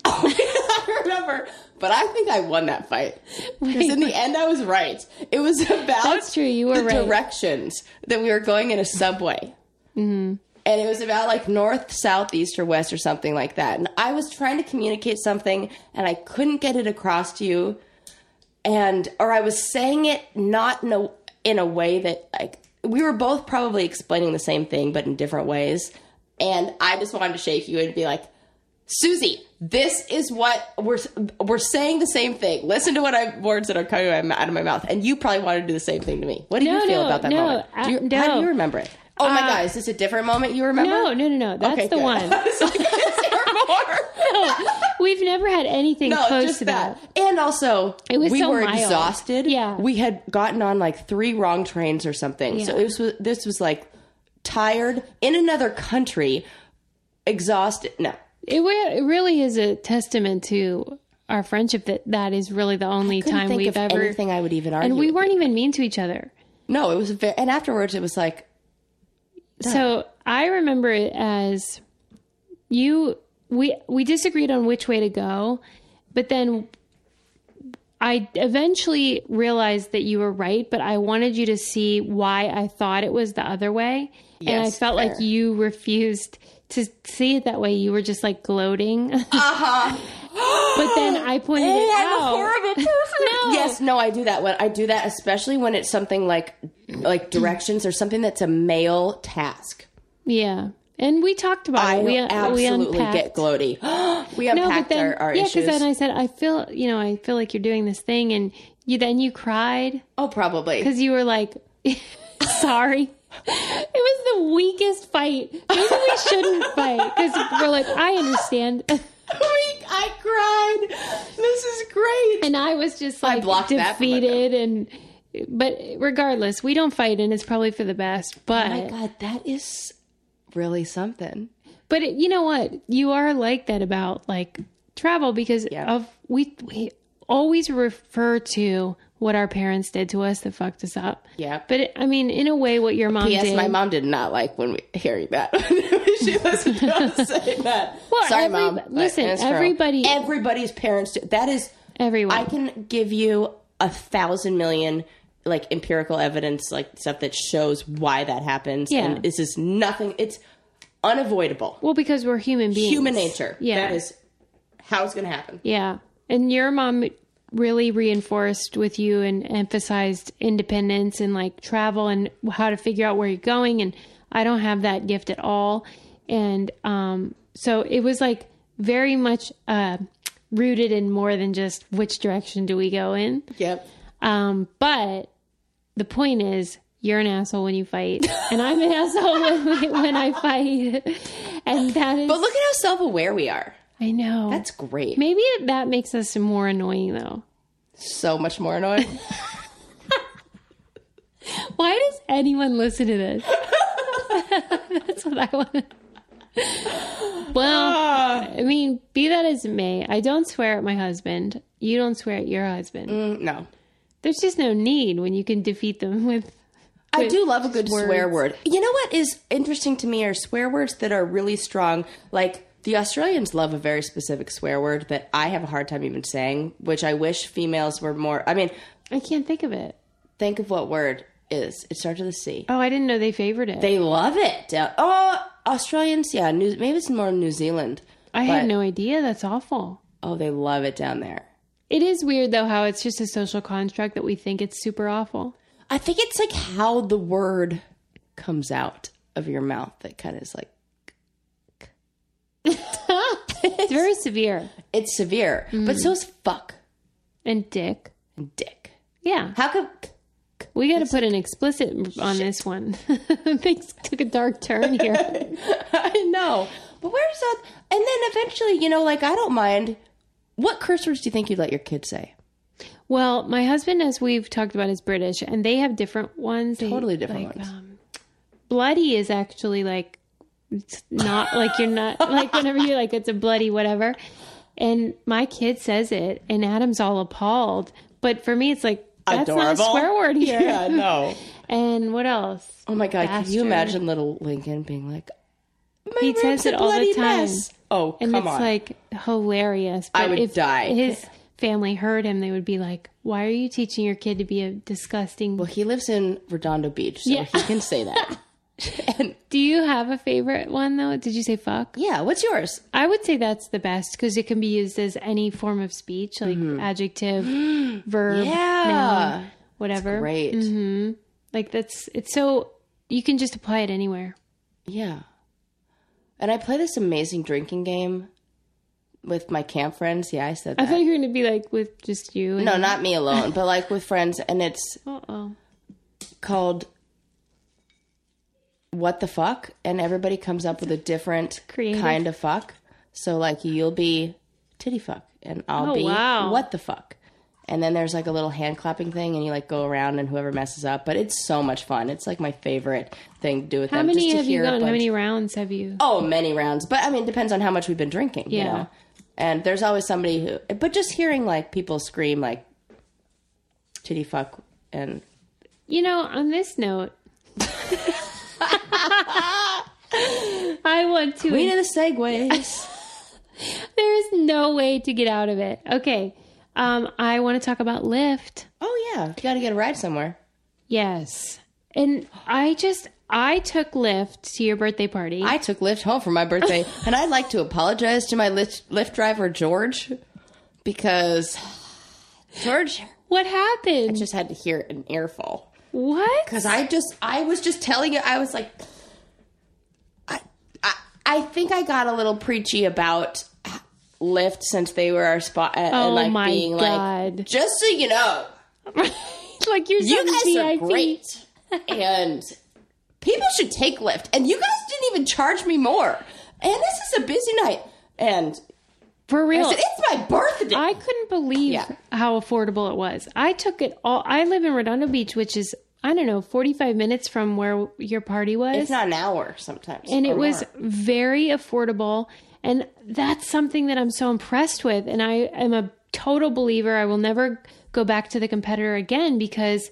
Speaker 2: I remember, but I think I won that fight because in the end I was right. It was about
Speaker 1: That's true, you were
Speaker 2: the
Speaker 1: right.
Speaker 2: directions that we were going in a subway,
Speaker 1: Mm-hmm.
Speaker 2: and it was about like north, south, east, or west, or something like that. And I was trying to communicate something, and I couldn't get it across to you, and or I was saying it not in a in a way that like we were both probably explaining the same thing but in different ways, and I just wanted to shake you and be like. Susie, this is what we're we're saying the same thing. Listen to what I words that are coming out of my mouth, and you probably wanted to do the same thing to me. What do
Speaker 1: No,
Speaker 2: you feel
Speaker 1: no,
Speaker 2: about that
Speaker 1: no,
Speaker 2: moment?
Speaker 1: I-
Speaker 2: Do you-
Speaker 1: no. Uh,
Speaker 2: How do you remember it? Oh my God, is this a different moment you remember?
Speaker 1: No, no, no, no. That's
Speaker 2: Okay,
Speaker 1: the
Speaker 2: good. [LAUGHS]
Speaker 1: one.
Speaker 2: I was like,
Speaker 1: [LAUGHS]
Speaker 2: is there more?
Speaker 1: We've never had anything
Speaker 2: No,
Speaker 1: close
Speaker 2: just
Speaker 1: to
Speaker 2: that. And also,
Speaker 1: It was
Speaker 2: we
Speaker 1: so
Speaker 2: were
Speaker 1: mild.
Speaker 2: exhausted.
Speaker 1: Yeah.
Speaker 2: we had gotten on like three wrong trains or something. So it was this was like tired in another country, exhausted. No,
Speaker 1: It, re- it really is a testament to our friendship that that is really the only
Speaker 2: couldn't
Speaker 1: time
Speaker 2: think
Speaker 1: we've
Speaker 2: of
Speaker 1: ever.
Speaker 2: anything I would even argue.
Speaker 1: and we
Speaker 2: with.
Speaker 1: weren't even mean to each other.
Speaker 2: No, it was very, and afterwards it was like,
Speaker 1: So I remember it as you we we disagreed on which way to go, but then I eventually realized that you were right, but I wanted you to see why I thought it was the other way. and I
Speaker 2: Yes,
Speaker 1: felt like
Speaker 2: fair.
Speaker 1: you refused to see it that way. You were just like gloating. Uh-huh. [LAUGHS]
Speaker 2: Uh-huh.
Speaker 1: but then I pointed it
Speaker 2: [GASPS] Oh,
Speaker 1: out.
Speaker 2: [LAUGHS]
Speaker 1: no.
Speaker 2: Yes, no, I do that when I do that, especially when it's something like like directions or something that's a male task.
Speaker 1: Yeah. And we talked about
Speaker 2: I
Speaker 1: it. We, we
Speaker 2: absolutely
Speaker 1: unpacked.
Speaker 2: get gloaty. [GASPS] We
Speaker 1: no, but
Speaker 2: unpacked
Speaker 1: then,
Speaker 2: our- our
Speaker 1: yeah,
Speaker 2: issues.
Speaker 1: then I said, I feel, you know, I feel like you're doing this thing, and you then you cried
Speaker 2: Oh, probably.
Speaker 1: because you were like, [LAUGHS] sorry. It was the weakest fight. Maybe we
Speaker 2: [LAUGHS]
Speaker 1: shouldn't fight because we're like, I understand,
Speaker 2: We- I cried. This is great.
Speaker 1: and I was just
Speaker 2: I
Speaker 1: like
Speaker 2: blocked that from my
Speaker 1: defeated, and but regardless, we don't fight, and it's probably for the best. But
Speaker 2: Oh my God, that is really something.
Speaker 1: But it, you know what? You are like that about like travel because of we we always refer to what our parents did to us that fucked us up.
Speaker 2: Yeah.
Speaker 1: But it, I mean, in a way, what your mom
Speaker 2: Yes,
Speaker 1: did.
Speaker 2: my mom did not like when we hearing that. [LAUGHS] she
Speaker 1: [LAUGHS]
Speaker 2: listened to us say that.
Speaker 1: Well,
Speaker 2: Sorry,
Speaker 1: every-
Speaker 2: mom. but
Speaker 1: listen,
Speaker 2: it's true.
Speaker 1: everybody-
Speaker 2: everybody's parents. Do, that is,
Speaker 1: Everyone.
Speaker 2: I can give you a thousand million like empirical evidence, like stuff that shows why that happens.
Speaker 1: Yeah.
Speaker 2: and this is nothing. It's unavoidable.
Speaker 1: well, because we're human beings.
Speaker 2: Human nature.
Speaker 1: Yeah.
Speaker 2: that is how it's going to happen.
Speaker 1: Yeah. And your mom really reinforced with you and emphasized independence and like travel and how to figure out where you're going and I don't have that gift at all and um so it was like very much uh rooted in more than just which direction do we go in
Speaker 2: Yep.
Speaker 1: um but the point is you're an asshole when you
Speaker 2: [LAUGHS]
Speaker 1: fight and I'm an asshole [LAUGHS] when, when I fight and that is
Speaker 2: But look at how self-aware we are.
Speaker 1: I know
Speaker 2: That's great.
Speaker 1: Maybe it- that makes us more annoying, though.
Speaker 2: So much more annoying. [LAUGHS]
Speaker 1: Why does anyone listen to this? [LAUGHS] That's what I want. [LAUGHS] Well, I mean, be that as it may, I don't swear at my husband. You don't swear at your husband.
Speaker 2: no.
Speaker 1: There's just no need when you can defeat them [LAUGHS] with.
Speaker 2: I do love a good swear word. You know what is interesting to me are swear words that are really strong. Like the Australians love a very specific swear word that I have a hard time even saying, which I wish females were more. I mean,
Speaker 1: I can't think of it.
Speaker 2: think of what word is it starts with a C.
Speaker 1: Oh, I didn't know they favored it.
Speaker 2: They love it. Uh, Oh, Australians, yeah. New, maybe it's more New Zealand.
Speaker 1: I had
Speaker 2: but-
Speaker 1: no idea. That's awful.
Speaker 2: Oh, they love it down there.
Speaker 1: It is weird though how it's just a social construct that we think it's super awful.
Speaker 2: I think it's like how the word comes out of your mouth that kind of is like
Speaker 1: It's very severe.
Speaker 2: it's severe, but
Speaker 1: Mm-hmm.
Speaker 2: so is fuck
Speaker 1: And dick.
Speaker 2: and dick.
Speaker 1: Yeah.
Speaker 2: How come? [LAUGHS]
Speaker 1: We got to put an explicit on this one. [LAUGHS] Things took a dark turn
Speaker 2: [LAUGHS]
Speaker 1: here.
Speaker 2: I know. But where's that? And then eventually, you know, like I don't mind. What curse words do you think you'd let your kids say?
Speaker 1: well, my husband, as we've talked about, is British, and they have different ones. They- um,
Speaker 2: Totally different ones.
Speaker 1: bloody is actually like it's not like you're not [LAUGHS] like whenever you're like it's a bloody whatever. And my kid says it, and Adam's all appalled. But for me, it's like that's not a
Speaker 2: Adorable.
Speaker 1: swear
Speaker 2: [LAUGHS]
Speaker 1: word here.
Speaker 2: no.
Speaker 1: [LAUGHS] And what else?
Speaker 2: Oh my god! Can you
Speaker 1: Bastard.
Speaker 2: imagine little Lincoln being like, "My
Speaker 1: He
Speaker 2: room's
Speaker 1: says
Speaker 2: a
Speaker 1: it all the
Speaker 2: bloody
Speaker 1: time.
Speaker 2: mess." Oh,
Speaker 1: And
Speaker 2: come
Speaker 1: it's
Speaker 2: on!
Speaker 1: like hilarious.
Speaker 2: I
Speaker 1: But
Speaker 2: would
Speaker 1: if
Speaker 2: die.
Speaker 1: His family heard him, they would be like, Why are you teaching your kid to be a disgusting
Speaker 2: well, he lives in Redondo Beach, so
Speaker 1: Yeah.
Speaker 2: he can
Speaker 1: [LAUGHS]
Speaker 2: say that. and
Speaker 1: Do you have a favorite one though? Did you say fuck?
Speaker 2: yeah, what's yours?
Speaker 1: I would say that's the best because it can be used as any form of speech, like
Speaker 2: [GASPS]
Speaker 1: adjective, verb,
Speaker 2: Mm-hmm. Yeah.
Speaker 1: noun, whatever.
Speaker 2: Great.
Speaker 1: Like that's it's so you can just apply it anywhere.
Speaker 2: Yeah. And I play this amazing drinking game with my camp friends. Yeah, I said
Speaker 1: I
Speaker 2: that.
Speaker 1: thought you were going to be like with just you. And,
Speaker 2: no, not me alone, but like with friends, and it's
Speaker 1: Uh-oh.
Speaker 2: called What the Fuck? And everybody comes up with a different
Speaker 1: Creative.
Speaker 2: kind of fuck. So, like, you'll be titty fuck, and I'll
Speaker 1: Oh,
Speaker 2: be
Speaker 1: wow.
Speaker 2: what the fuck. And then there's like a little hand clapping thing, and you like go around, and whoever messes up. But it's so much fun. It's like my favorite thing to do with
Speaker 1: How
Speaker 2: them.
Speaker 1: many
Speaker 2: just to
Speaker 1: have you
Speaker 2: hear a
Speaker 1: gone? How
Speaker 2: bunch-
Speaker 1: many rounds have you?
Speaker 2: Oh, many rounds. But I mean, it depends on how much we've been drinking, you
Speaker 1: Yeah.
Speaker 2: know? And there's always somebody who, but just hearing like people scream like titty fuck and
Speaker 1: You know, on this note, [LAUGHS] I want to.
Speaker 2: we need the segues.
Speaker 1: there is no way to get out of it. Okay. Um, I want to talk about Lyft.
Speaker 2: oh, yeah. You got to get a ride somewhere.
Speaker 1: Yes. And I just, I took Lyft to your birthday party.
Speaker 2: I took Lyft home for my birthday, and I'd like to apologize to my Lyft, Lyft driver, George, because George
Speaker 1: what happened?
Speaker 2: just had to hear an earful.
Speaker 1: what?
Speaker 2: Because I just, I was just telling you, I was like, I, I, I think I got a little preachy about Lyft since they were our spot. And,
Speaker 1: Oh
Speaker 2: like
Speaker 1: my
Speaker 2: being
Speaker 1: God.
Speaker 2: like, just so you know,
Speaker 1: [LAUGHS] like you're
Speaker 2: you
Speaker 1: some
Speaker 2: guys
Speaker 1: VIP.
Speaker 2: are great, and people should take Lyft. And you guys didn't even charge me more. And this is a busy night. And
Speaker 1: For
Speaker 2: I
Speaker 1: real.
Speaker 2: said, it's my birthday.
Speaker 1: I couldn't believe
Speaker 2: Yeah.
Speaker 1: how affordable it was. I took it all. I live in Redondo Beach, which is I don't know, forty five minutes from where your party was,
Speaker 2: it's not an hour sometimes.
Speaker 1: and
Speaker 2: or
Speaker 1: it was
Speaker 2: more.
Speaker 1: very affordable. And that's something that I'm so impressed with. And I am a total believer. I will never go back to the competitor again because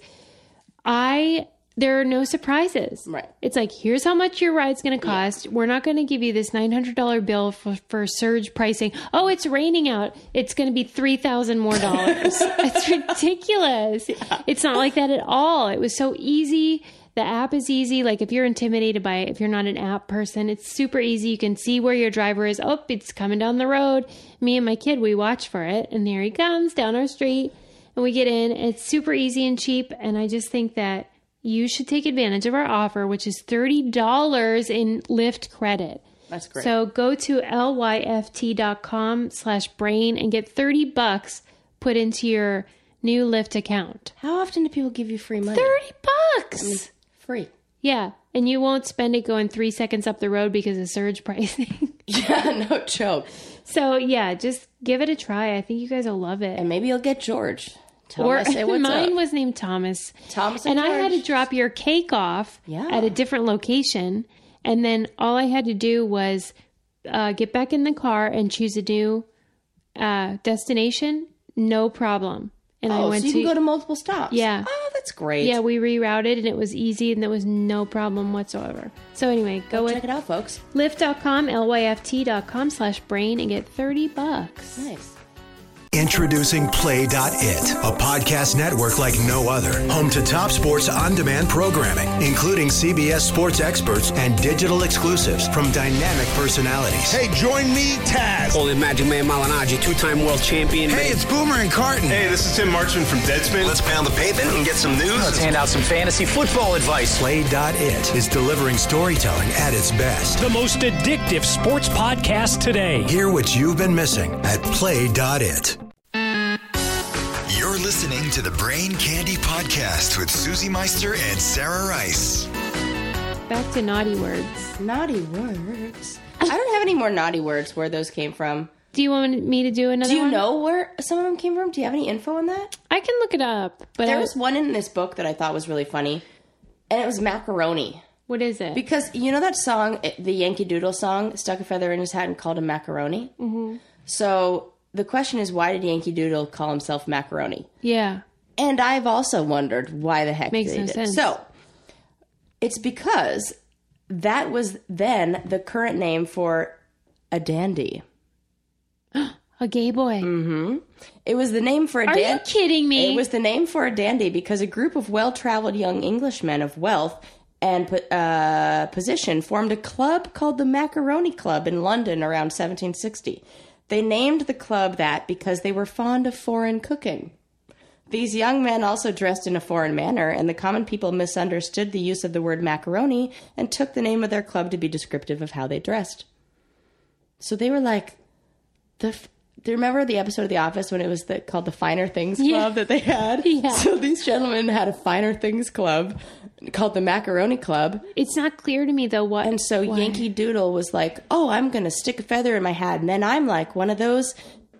Speaker 1: I there are no surprises.
Speaker 2: Right.
Speaker 1: It's like here's how much your ride's going to cost. We're not going to give you this nine hundred dollar bill for, for surge pricing. Oh, it's raining out. It's going to be three thousand more dollars. it's ridiculous. It's not like that at all. It was so easy. The app is easy. Like if you're intimidated by it, if you're not an app person, it's super easy. You can see where your driver is. Oh, it's coming down the road. Me and my kid, we watch for it, and there he comes down our street and we get in. It's super easy and cheap. And I just think that you should take advantage of our offer, which is $30 in Lyft credit.
Speaker 2: That's great.
Speaker 1: So go to lyft.com slash brain and get 30 bucks put into your new Lyft account.
Speaker 2: How often do people give you free money?
Speaker 1: 30 bucks!
Speaker 2: Free. [LAUGHS]
Speaker 1: Yeah. And you won't spend it going three seconds up the road because of surge pricing. [LAUGHS]
Speaker 2: Yeah, no joke.
Speaker 1: so yeah, just give it a try. I think you guys will love it.
Speaker 2: And maybe you'll get George. Tell him
Speaker 1: [LAUGHS]
Speaker 2: I say what's
Speaker 1: mine
Speaker 2: up.
Speaker 1: was named Thomas.
Speaker 2: Thomas
Speaker 1: and
Speaker 2: and
Speaker 1: I had to
Speaker 2: George.
Speaker 1: drop your cake off
Speaker 2: Yeah.
Speaker 1: at a different location, and then all I had to do was uh, get back in the car and choose a new uh, destination. No problem. And I
Speaker 2: oh,
Speaker 1: went
Speaker 2: so you
Speaker 1: to,
Speaker 2: can go to multiple stops.
Speaker 1: Yeah.
Speaker 2: Oh, that's great.
Speaker 1: yeah, we rerouted and it was easy and there was no problem whatsoever. So anyway, go
Speaker 2: Check
Speaker 1: with
Speaker 2: it out, folks.
Speaker 1: lyft.com, lyft.com slash brain and get thirty bucks. [LAUGHS]
Speaker 2: Nice.
Speaker 8: Introducing Play.it, a podcast network like no other, home to top sports on demand programming, including CBS sports experts and digital exclusives from dynamic personalities.
Speaker 9: Hey, join me, Taz.
Speaker 10: Holy Magic Man Malinaji, two-time world champion.
Speaker 8: Hey, it's Boomer and Carton.
Speaker 9: this is Tim Marchman from Deadspin. Let's pound the pavement and get some news.
Speaker 8: Oh,
Speaker 10: out some fantasy football advice.
Speaker 8: Play.it is delivering storytelling at its best.
Speaker 10: The most addictive sports podcast today.
Speaker 8: Hear what you've been missing at Play.it.
Speaker 9: You're listening to the Brain Candy Podcast with Susie Meister and Sarah Rice.
Speaker 1: Back to naughty words.
Speaker 2: Naughty words. I don't have any more naughty words where those came from.
Speaker 1: Do you want me to do another
Speaker 2: Do you
Speaker 1: one?
Speaker 2: know where some of them came from? Do you have any info on that?
Speaker 1: I can look it up, but
Speaker 2: There
Speaker 1: I-
Speaker 2: was one in this book that I thought was really funny, and it was macaroni.
Speaker 1: what is it?
Speaker 2: Because you know that song, the Yankee Doodle song, stuck a feather in his hat and called him macaroni? Mm-hmm. So the question is, why did Yankee Doodle call himself macaroni?
Speaker 1: yeah.
Speaker 2: And I've also wondered why the heck
Speaker 1: Makes
Speaker 2: they
Speaker 1: no
Speaker 2: did.
Speaker 1: sense.
Speaker 2: So it's because that was then the current name for a dandy.
Speaker 1: A gay boy.
Speaker 2: It was the name for a
Speaker 1: Are
Speaker 2: dandy.
Speaker 1: you kidding me?
Speaker 2: Mm. It was the name for a dandy because a group of well traveled young Englishmen of wealth and po- uh, position formed a club called the Macaroni Club in London around 1760. They named the club that because they were fond of foreign cooking. These young men also dressed in a foreign manner, and the common people misunderstood the use of the word macaroni and took the name of their club to be descriptive of how they dressed. So they were like, the. F- do you remember the episode of The Office when it was the, called the Finer Things Club
Speaker 1: Yeah.
Speaker 2: that they
Speaker 1: [LAUGHS]
Speaker 2: had?
Speaker 1: Yeah.
Speaker 2: So these gentlemen had a Finer Things Club called the Macaroni Club,
Speaker 1: It's not clear to me though what.
Speaker 2: and so
Speaker 1: why.
Speaker 2: Yankee Doodle was like, "Oh, I'm gonna stick a feather in my hat, and then I'm like one of those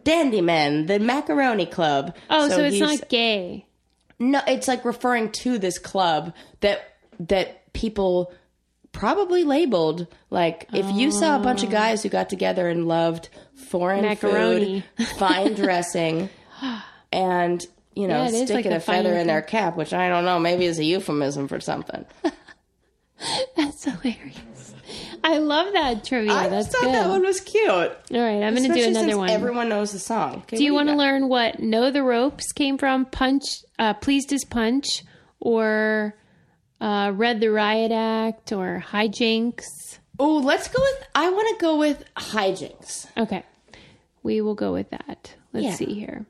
Speaker 2: dandy men, the Macaroni Club."
Speaker 1: Oh, so, it's
Speaker 2: he's-
Speaker 1: not gay. [LAUGHS]
Speaker 2: no, it's like referring to this club that that people probably labeled like if you saw a
Speaker 1: Oh.
Speaker 2: bunch of guys who got together and loved foreign
Speaker 1: Macaroni. [LAUGHS]
Speaker 2: food, fine dressing, and you know
Speaker 1: Yeah, it is like
Speaker 2: sticking
Speaker 1: the
Speaker 2: a feather
Speaker 1: finer
Speaker 2: in their cap, which I don't know, maybe is a euphemism for something.
Speaker 1: That's hilarious. I love that trivia.
Speaker 2: I
Speaker 1: That's
Speaker 2: just thought
Speaker 1: good.
Speaker 2: that one was cute.
Speaker 1: All right, I'm going to do
Speaker 2: Especially
Speaker 1: another
Speaker 2: since
Speaker 1: one.
Speaker 2: Everyone knows the song.
Speaker 1: do you want to learn what "Know the Ropes" came from? Punch, uh, pleased as punch, or uh, read the riot act, or hijinks.
Speaker 2: Oh, let's go with. I want to go with hijinks.
Speaker 1: Okay. We will go with that. Let's
Speaker 2: Yeah.
Speaker 1: see here.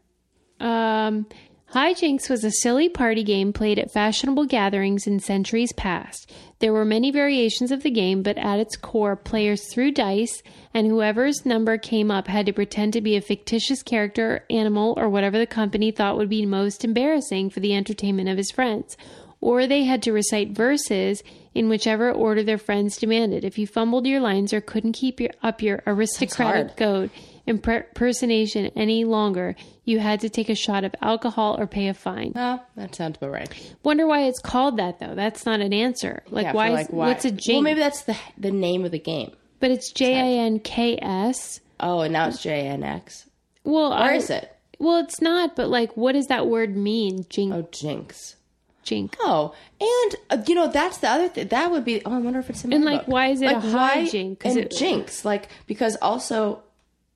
Speaker 1: Um, Hijinks was a silly party game played at fashionable gatherings in centuries past. There were many variations of the game, but at its core, players threw dice, and whoever's number came up had to pretend to be a fictitious character, animal, or whatever the company thought would be most embarrassing for the entertainment of his friends. Or they had to recite verses in whichever order their friends demanded. If you fumbled your lines or couldn't keep your, up your aristocratic goat, impersonation any longer, you had to take a shot of alcohol or pay a fine.
Speaker 2: Oh, that sounds about right.
Speaker 1: Wonder why it's called that though. That's not an answer. Like,
Speaker 2: Yeah, I feel
Speaker 1: why, is-
Speaker 2: like, why-
Speaker 1: What's a jinx?
Speaker 2: Well, maybe that's the the name of the game.
Speaker 1: But it's J I N K S.
Speaker 2: Oh, and now it's JNX.
Speaker 1: Well,
Speaker 2: Or is it?
Speaker 1: Well, it's not. But like, what does that word mean? Jink,
Speaker 2: Oh, jinx.
Speaker 1: jink.
Speaker 2: Oh, and uh, you know that's the other thing. That would be. Oh, I wonder if it's in my
Speaker 1: And, like,
Speaker 2: book.
Speaker 1: why is it a
Speaker 2: why-
Speaker 1: hijink? 'Cause
Speaker 2: And
Speaker 1: it-
Speaker 2: jinx, like because also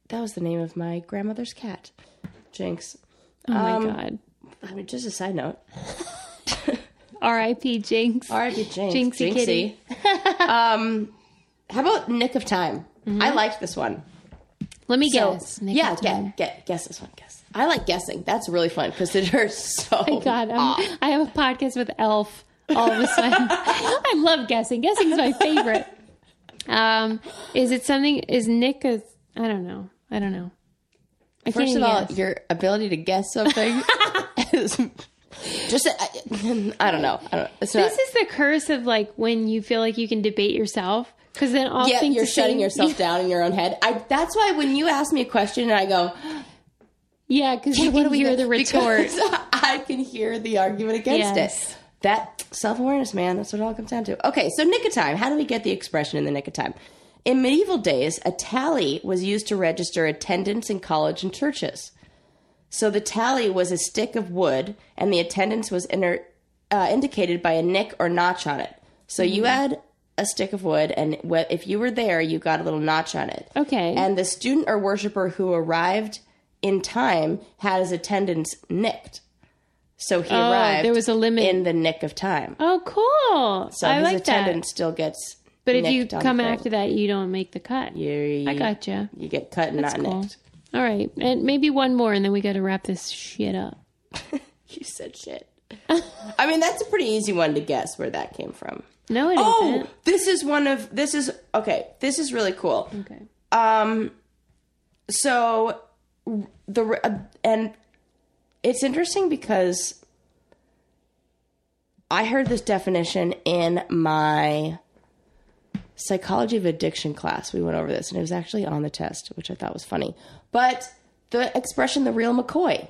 Speaker 2: that was the name of my grandmother's cat, Jinx.
Speaker 1: Oh my
Speaker 2: Um,
Speaker 1: god.
Speaker 2: I mean, just a side note.
Speaker 1: R.I.P. Jinx.
Speaker 2: R.I.P. Jinx.
Speaker 1: Jinxie kitty.
Speaker 2: [LAUGHS] um, how about Nick of Time? I liked this one.
Speaker 1: Mm-hmm. Let me
Speaker 2: So-
Speaker 1: guess. Nick
Speaker 2: yeah,
Speaker 1: Hotman.
Speaker 2: get, get, guess this one. Guess. I like guessing. That's really fun because it hurts [LAUGHS] so.
Speaker 1: Oh my god,
Speaker 2: off.
Speaker 1: I'm, I have a podcast with Elf. All of a
Speaker 2: [LAUGHS]
Speaker 1: sudden, I love guessing. Guessing is my favorite. Um, is it something? Is Nick? A, I don't know. I don't know. I can't
Speaker 2: First of
Speaker 1: even
Speaker 2: all,
Speaker 1: guess.
Speaker 2: your ability to guess something [LAUGHS] is just uh, I, I don't know. I don't. It's not,
Speaker 1: this is the curse of like when you feel like you can debate yourself because then all
Speaker 2: yeah,
Speaker 1: things
Speaker 2: you're
Speaker 1: the
Speaker 2: shutting
Speaker 1: same-
Speaker 2: [LAUGHS] yourself down in your own head. I. That's why when you ask me a question and I go,
Speaker 1: Yeah, because you can
Speaker 2: "What do we
Speaker 1: hear
Speaker 2: do?"
Speaker 1: the retort.
Speaker 2: [LAUGHS] Because I can hear the argument against
Speaker 1: Yes.
Speaker 2: it. That self awareness, man. That's what it all comes down to. Okay, so nick of time. How do we get the expression in the nick of time? In medieval days, a tally was used to register attendance in college and churches. So the tally was a stick of wood, and the attendance was inter- uh, indicated by a nick or notch on it. So
Speaker 1: Mm-hmm.
Speaker 2: you had a stick of wood, and wh- if you were there, you got a little notch on it.
Speaker 1: Okay.
Speaker 2: And the student or worshiper who arrived in time had his attendance nicked. So he
Speaker 1: Oh,
Speaker 2: arrived.
Speaker 1: there was a limit.
Speaker 2: in the nick of time.
Speaker 1: oh, cool.
Speaker 2: So
Speaker 1: I
Speaker 2: his
Speaker 1: like
Speaker 2: attendance
Speaker 1: that.
Speaker 2: still gets.
Speaker 1: But if you
Speaker 2: nicked on
Speaker 1: come
Speaker 2: the thing.
Speaker 1: after that, you don't make the cut.
Speaker 2: you,
Speaker 1: I gotcha.
Speaker 2: you get cut and
Speaker 1: That's
Speaker 2: not
Speaker 1: cool.
Speaker 2: nicked.
Speaker 1: All right, and maybe one more, and then we got to wrap this shit up.
Speaker 2: [LAUGHS] You said shit. I mean, that's a pretty easy one to guess where that came from.
Speaker 1: No, it
Speaker 2: Oh,
Speaker 1: not
Speaker 2: this is one of this is okay. This is really cool.
Speaker 1: Okay.
Speaker 2: Um, so the uh, and it's interesting because I heard this definition in my psychology of addiction class. We went over this, and it was actually on the test, which I thought was funny. But the expression "the real McCoy."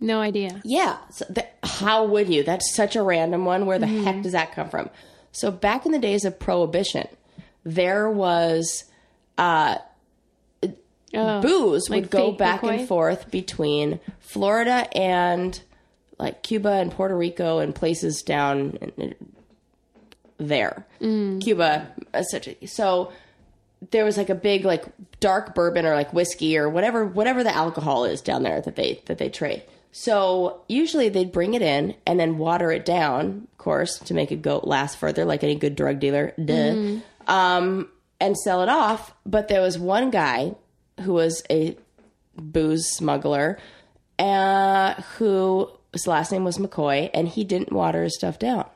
Speaker 1: No idea.
Speaker 2: Yeah. So the, how would you? That's such a random one. Where the heck does that come from? So back in the days of prohibition, there was
Speaker 1: Oh,
Speaker 2: booze
Speaker 1: like
Speaker 2: would go
Speaker 1: fake
Speaker 2: back
Speaker 1: McCoy?
Speaker 2: and forth between Florida and like Cuba and Puerto Rico and places down in- there.
Speaker 1: Mm.
Speaker 2: Cuba, essentially. So there was like a big like dark bourbon or like whiskey or whatever whatever the alcohol is down there that they that they trade. So usually they'd bring it in and then water it down, of course, to make it go last further, like any good drug dealer did,
Speaker 1: Mm-hmm.
Speaker 2: um, and sell it off. But there was one guy who was a booze smuggler, uh, who his last name was McCoy, and he didn't water his stuff down.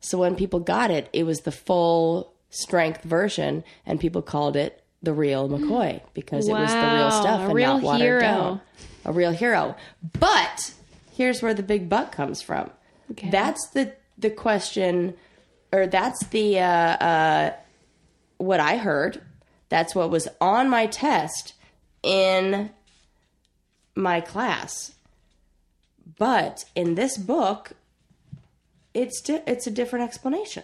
Speaker 2: So when people got it, it was the full strength version, and people called it
Speaker 1: [GASPS]
Speaker 2: the real McCoy because it was the real
Speaker 1: Wow,
Speaker 2: stuff
Speaker 1: a
Speaker 2: and
Speaker 1: real
Speaker 2: not watered
Speaker 1: hero.
Speaker 2: down. A real hero. But here's where the big buck comes from. That's the the question, or that's the uh, uh, what I heard. That's what was on my test in my class. But in this book, it's di- it's a different explanation.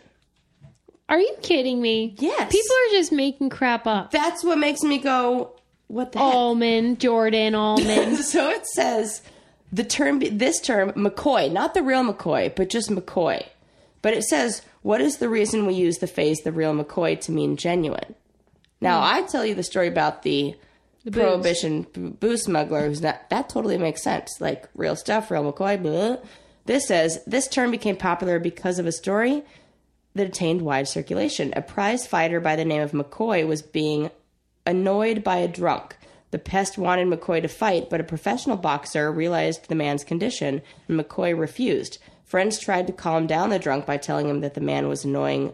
Speaker 1: Are you kidding me?
Speaker 2: Yes.
Speaker 1: People are just making crap up.
Speaker 2: That's what makes me go, what the
Speaker 1: Oh,
Speaker 2: hell?
Speaker 1: Almond, Jordan,
Speaker 2: [LAUGHS]
Speaker 1: Almond.
Speaker 2: so it says the term this term McCoy, not the real McCoy, but just McCoy. But it says what is the reason we use the phrase the real McCoy to mean genuine? Now I tell you the story about the,
Speaker 1: booze.
Speaker 2: prohibition b- booze smuggler who's not that totally makes sense like real stuff real McCoy. Blah. This says this term became popular because of a story that attained wide circulation. A prize fighter by the name of McCoy was being annoyed by a drunk. The pest wanted McCoy to fight, but a professional boxer realized the man's condition, and McCoy refused. Friends tried to calm down the drunk by telling him that the man was annoying.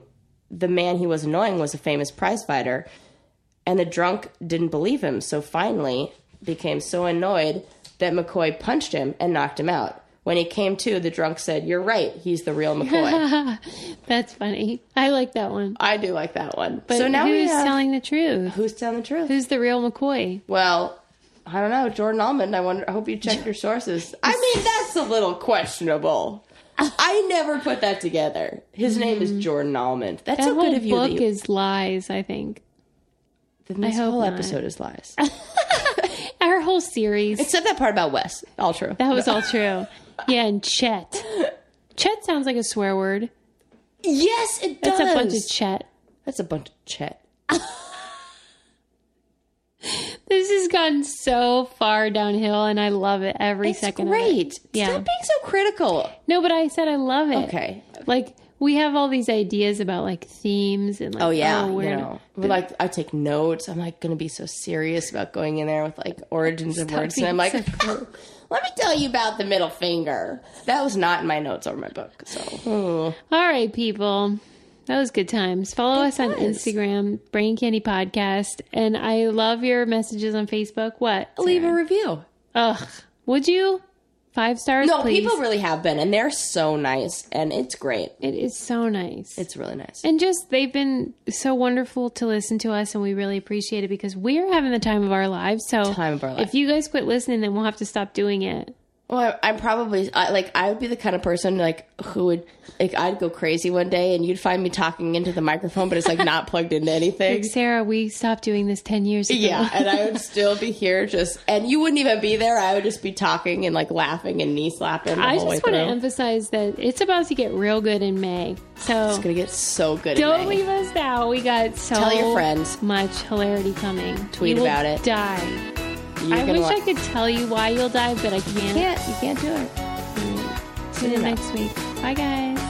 Speaker 2: The man he was annoying was a famous prize fighter, and the drunk didn't believe him. So finally, became so annoyed that McCoy punched him and knocked him out. When he came to, the drunk said, "You're right. He's the real McCoy."
Speaker 1: [LAUGHS] That's funny. I like that one.
Speaker 2: I do like that one.
Speaker 1: But
Speaker 2: so now
Speaker 1: who's
Speaker 2: we have,
Speaker 1: telling the truth?
Speaker 2: who's telling the truth?
Speaker 1: Who's the real McCoy?
Speaker 2: Well, I don't know, Jordan Almond. I wonder. I hope you checked your sources. I mean, that's a little questionable. I never put that together. His name is Jordan Almond. That's
Speaker 1: Mm-hmm. that
Speaker 2: so
Speaker 1: whole
Speaker 2: good of you.
Speaker 1: book
Speaker 2: that you
Speaker 1: is lies. I think
Speaker 2: then this
Speaker 1: I hope
Speaker 2: whole
Speaker 1: not.
Speaker 2: episode is lies,
Speaker 1: our whole series.
Speaker 2: except that part about Wes. All true.
Speaker 1: that was
Speaker 2: [LAUGHS]
Speaker 1: all true. Yeah, and Chet. Chet sounds like a swear word.
Speaker 2: yes, it does.
Speaker 1: That's a bunch of Chet.
Speaker 2: That's a bunch of chat.
Speaker 1: This has gone so far downhill, and I love it every
Speaker 2: It's
Speaker 1: second. of it.
Speaker 2: great.
Speaker 1: Yeah.
Speaker 2: Stop being so critical.
Speaker 1: No, but I said I love it.
Speaker 2: Okay.
Speaker 1: Like we have all these ideas about like themes and like
Speaker 2: Oh yeah,
Speaker 1: we're
Speaker 2: you
Speaker 1: gonna-
Speaker 2: know. But like I take notes. I'm like going to be so serious about going in there with like origins of
Speaker 1: Stop
Speaker 2: words, and I'm like, [LAUGHS]
Speaker 1: being
Speaker 2: let me tell you about the middle finger. That was not in my notes or my book. So
Speaker 1: All right, people. That was good times. Follow us on
Speaker 2: was.
Speaker 1: Instagram, Brain Candy Podcast, and I love your messages on Facebook. What?
Speaker 2: leave a
Speaker 1: Sarah?
Speaker 2: review.
Speaker 1: Ugh. Would you? Five stars,
Speaker 2: No,
Speaker 1: please.
Speaker 2: people really have been, and they're so nice, and it's great.
Speaker 1: it is so nice.
Speaker 2: It's really nice.
Speaker 1: and just they've been so wonderful to listen to us, and we really appreciate it because we're having the time of our lives. So
Speaker 2: Time of our life.
Speaker 1: If you guys quit listening, then we'll have to stop doing it.
Speaker 2: Well, I- I'm probably I, like I would be the kind of person like who would like I'd go crazy one day, and you'd find me talking into the microphone, but it's like not plugged into anything. [LAUGHS]
Speaker 1: Like Sarah, we stopped doing this ten years ago. [LAUGHS]
Speaker 2: Yeah, and I would still be here, just and you wouldn't even be there. I would just be talking and like laughing and knee slapping. The
Speaker 1: I
Speaker 2: whole
Speaker 1: just
Speaker 2: way
Speaker 1: want to
Speaker 2: through.
Speaker 1: emphasize that it's about to get real good in May. So
Speaker 2: It's gonna get so good. in
Speaker 1: don't
Speaker 2: May.
Speaker 1: leave us out. We got so
Speaker 2: Tell your friends.
Speaker 1: much hilarity coming.
Speaker 2: Tweet
Speaker 1: You will
Speaker 2: about it.
Speaker 1: Die.
Speaker 2: You're
Speaker 1: I
Speaker 2: gonna
Speaker 1: wish
Speaker 2: wa-
Speaker 1: I could tell you why you'll die, but I can't.
Speaker 2: You can't. You can't do it.
Speaker 1: See you next week. Bye, guys.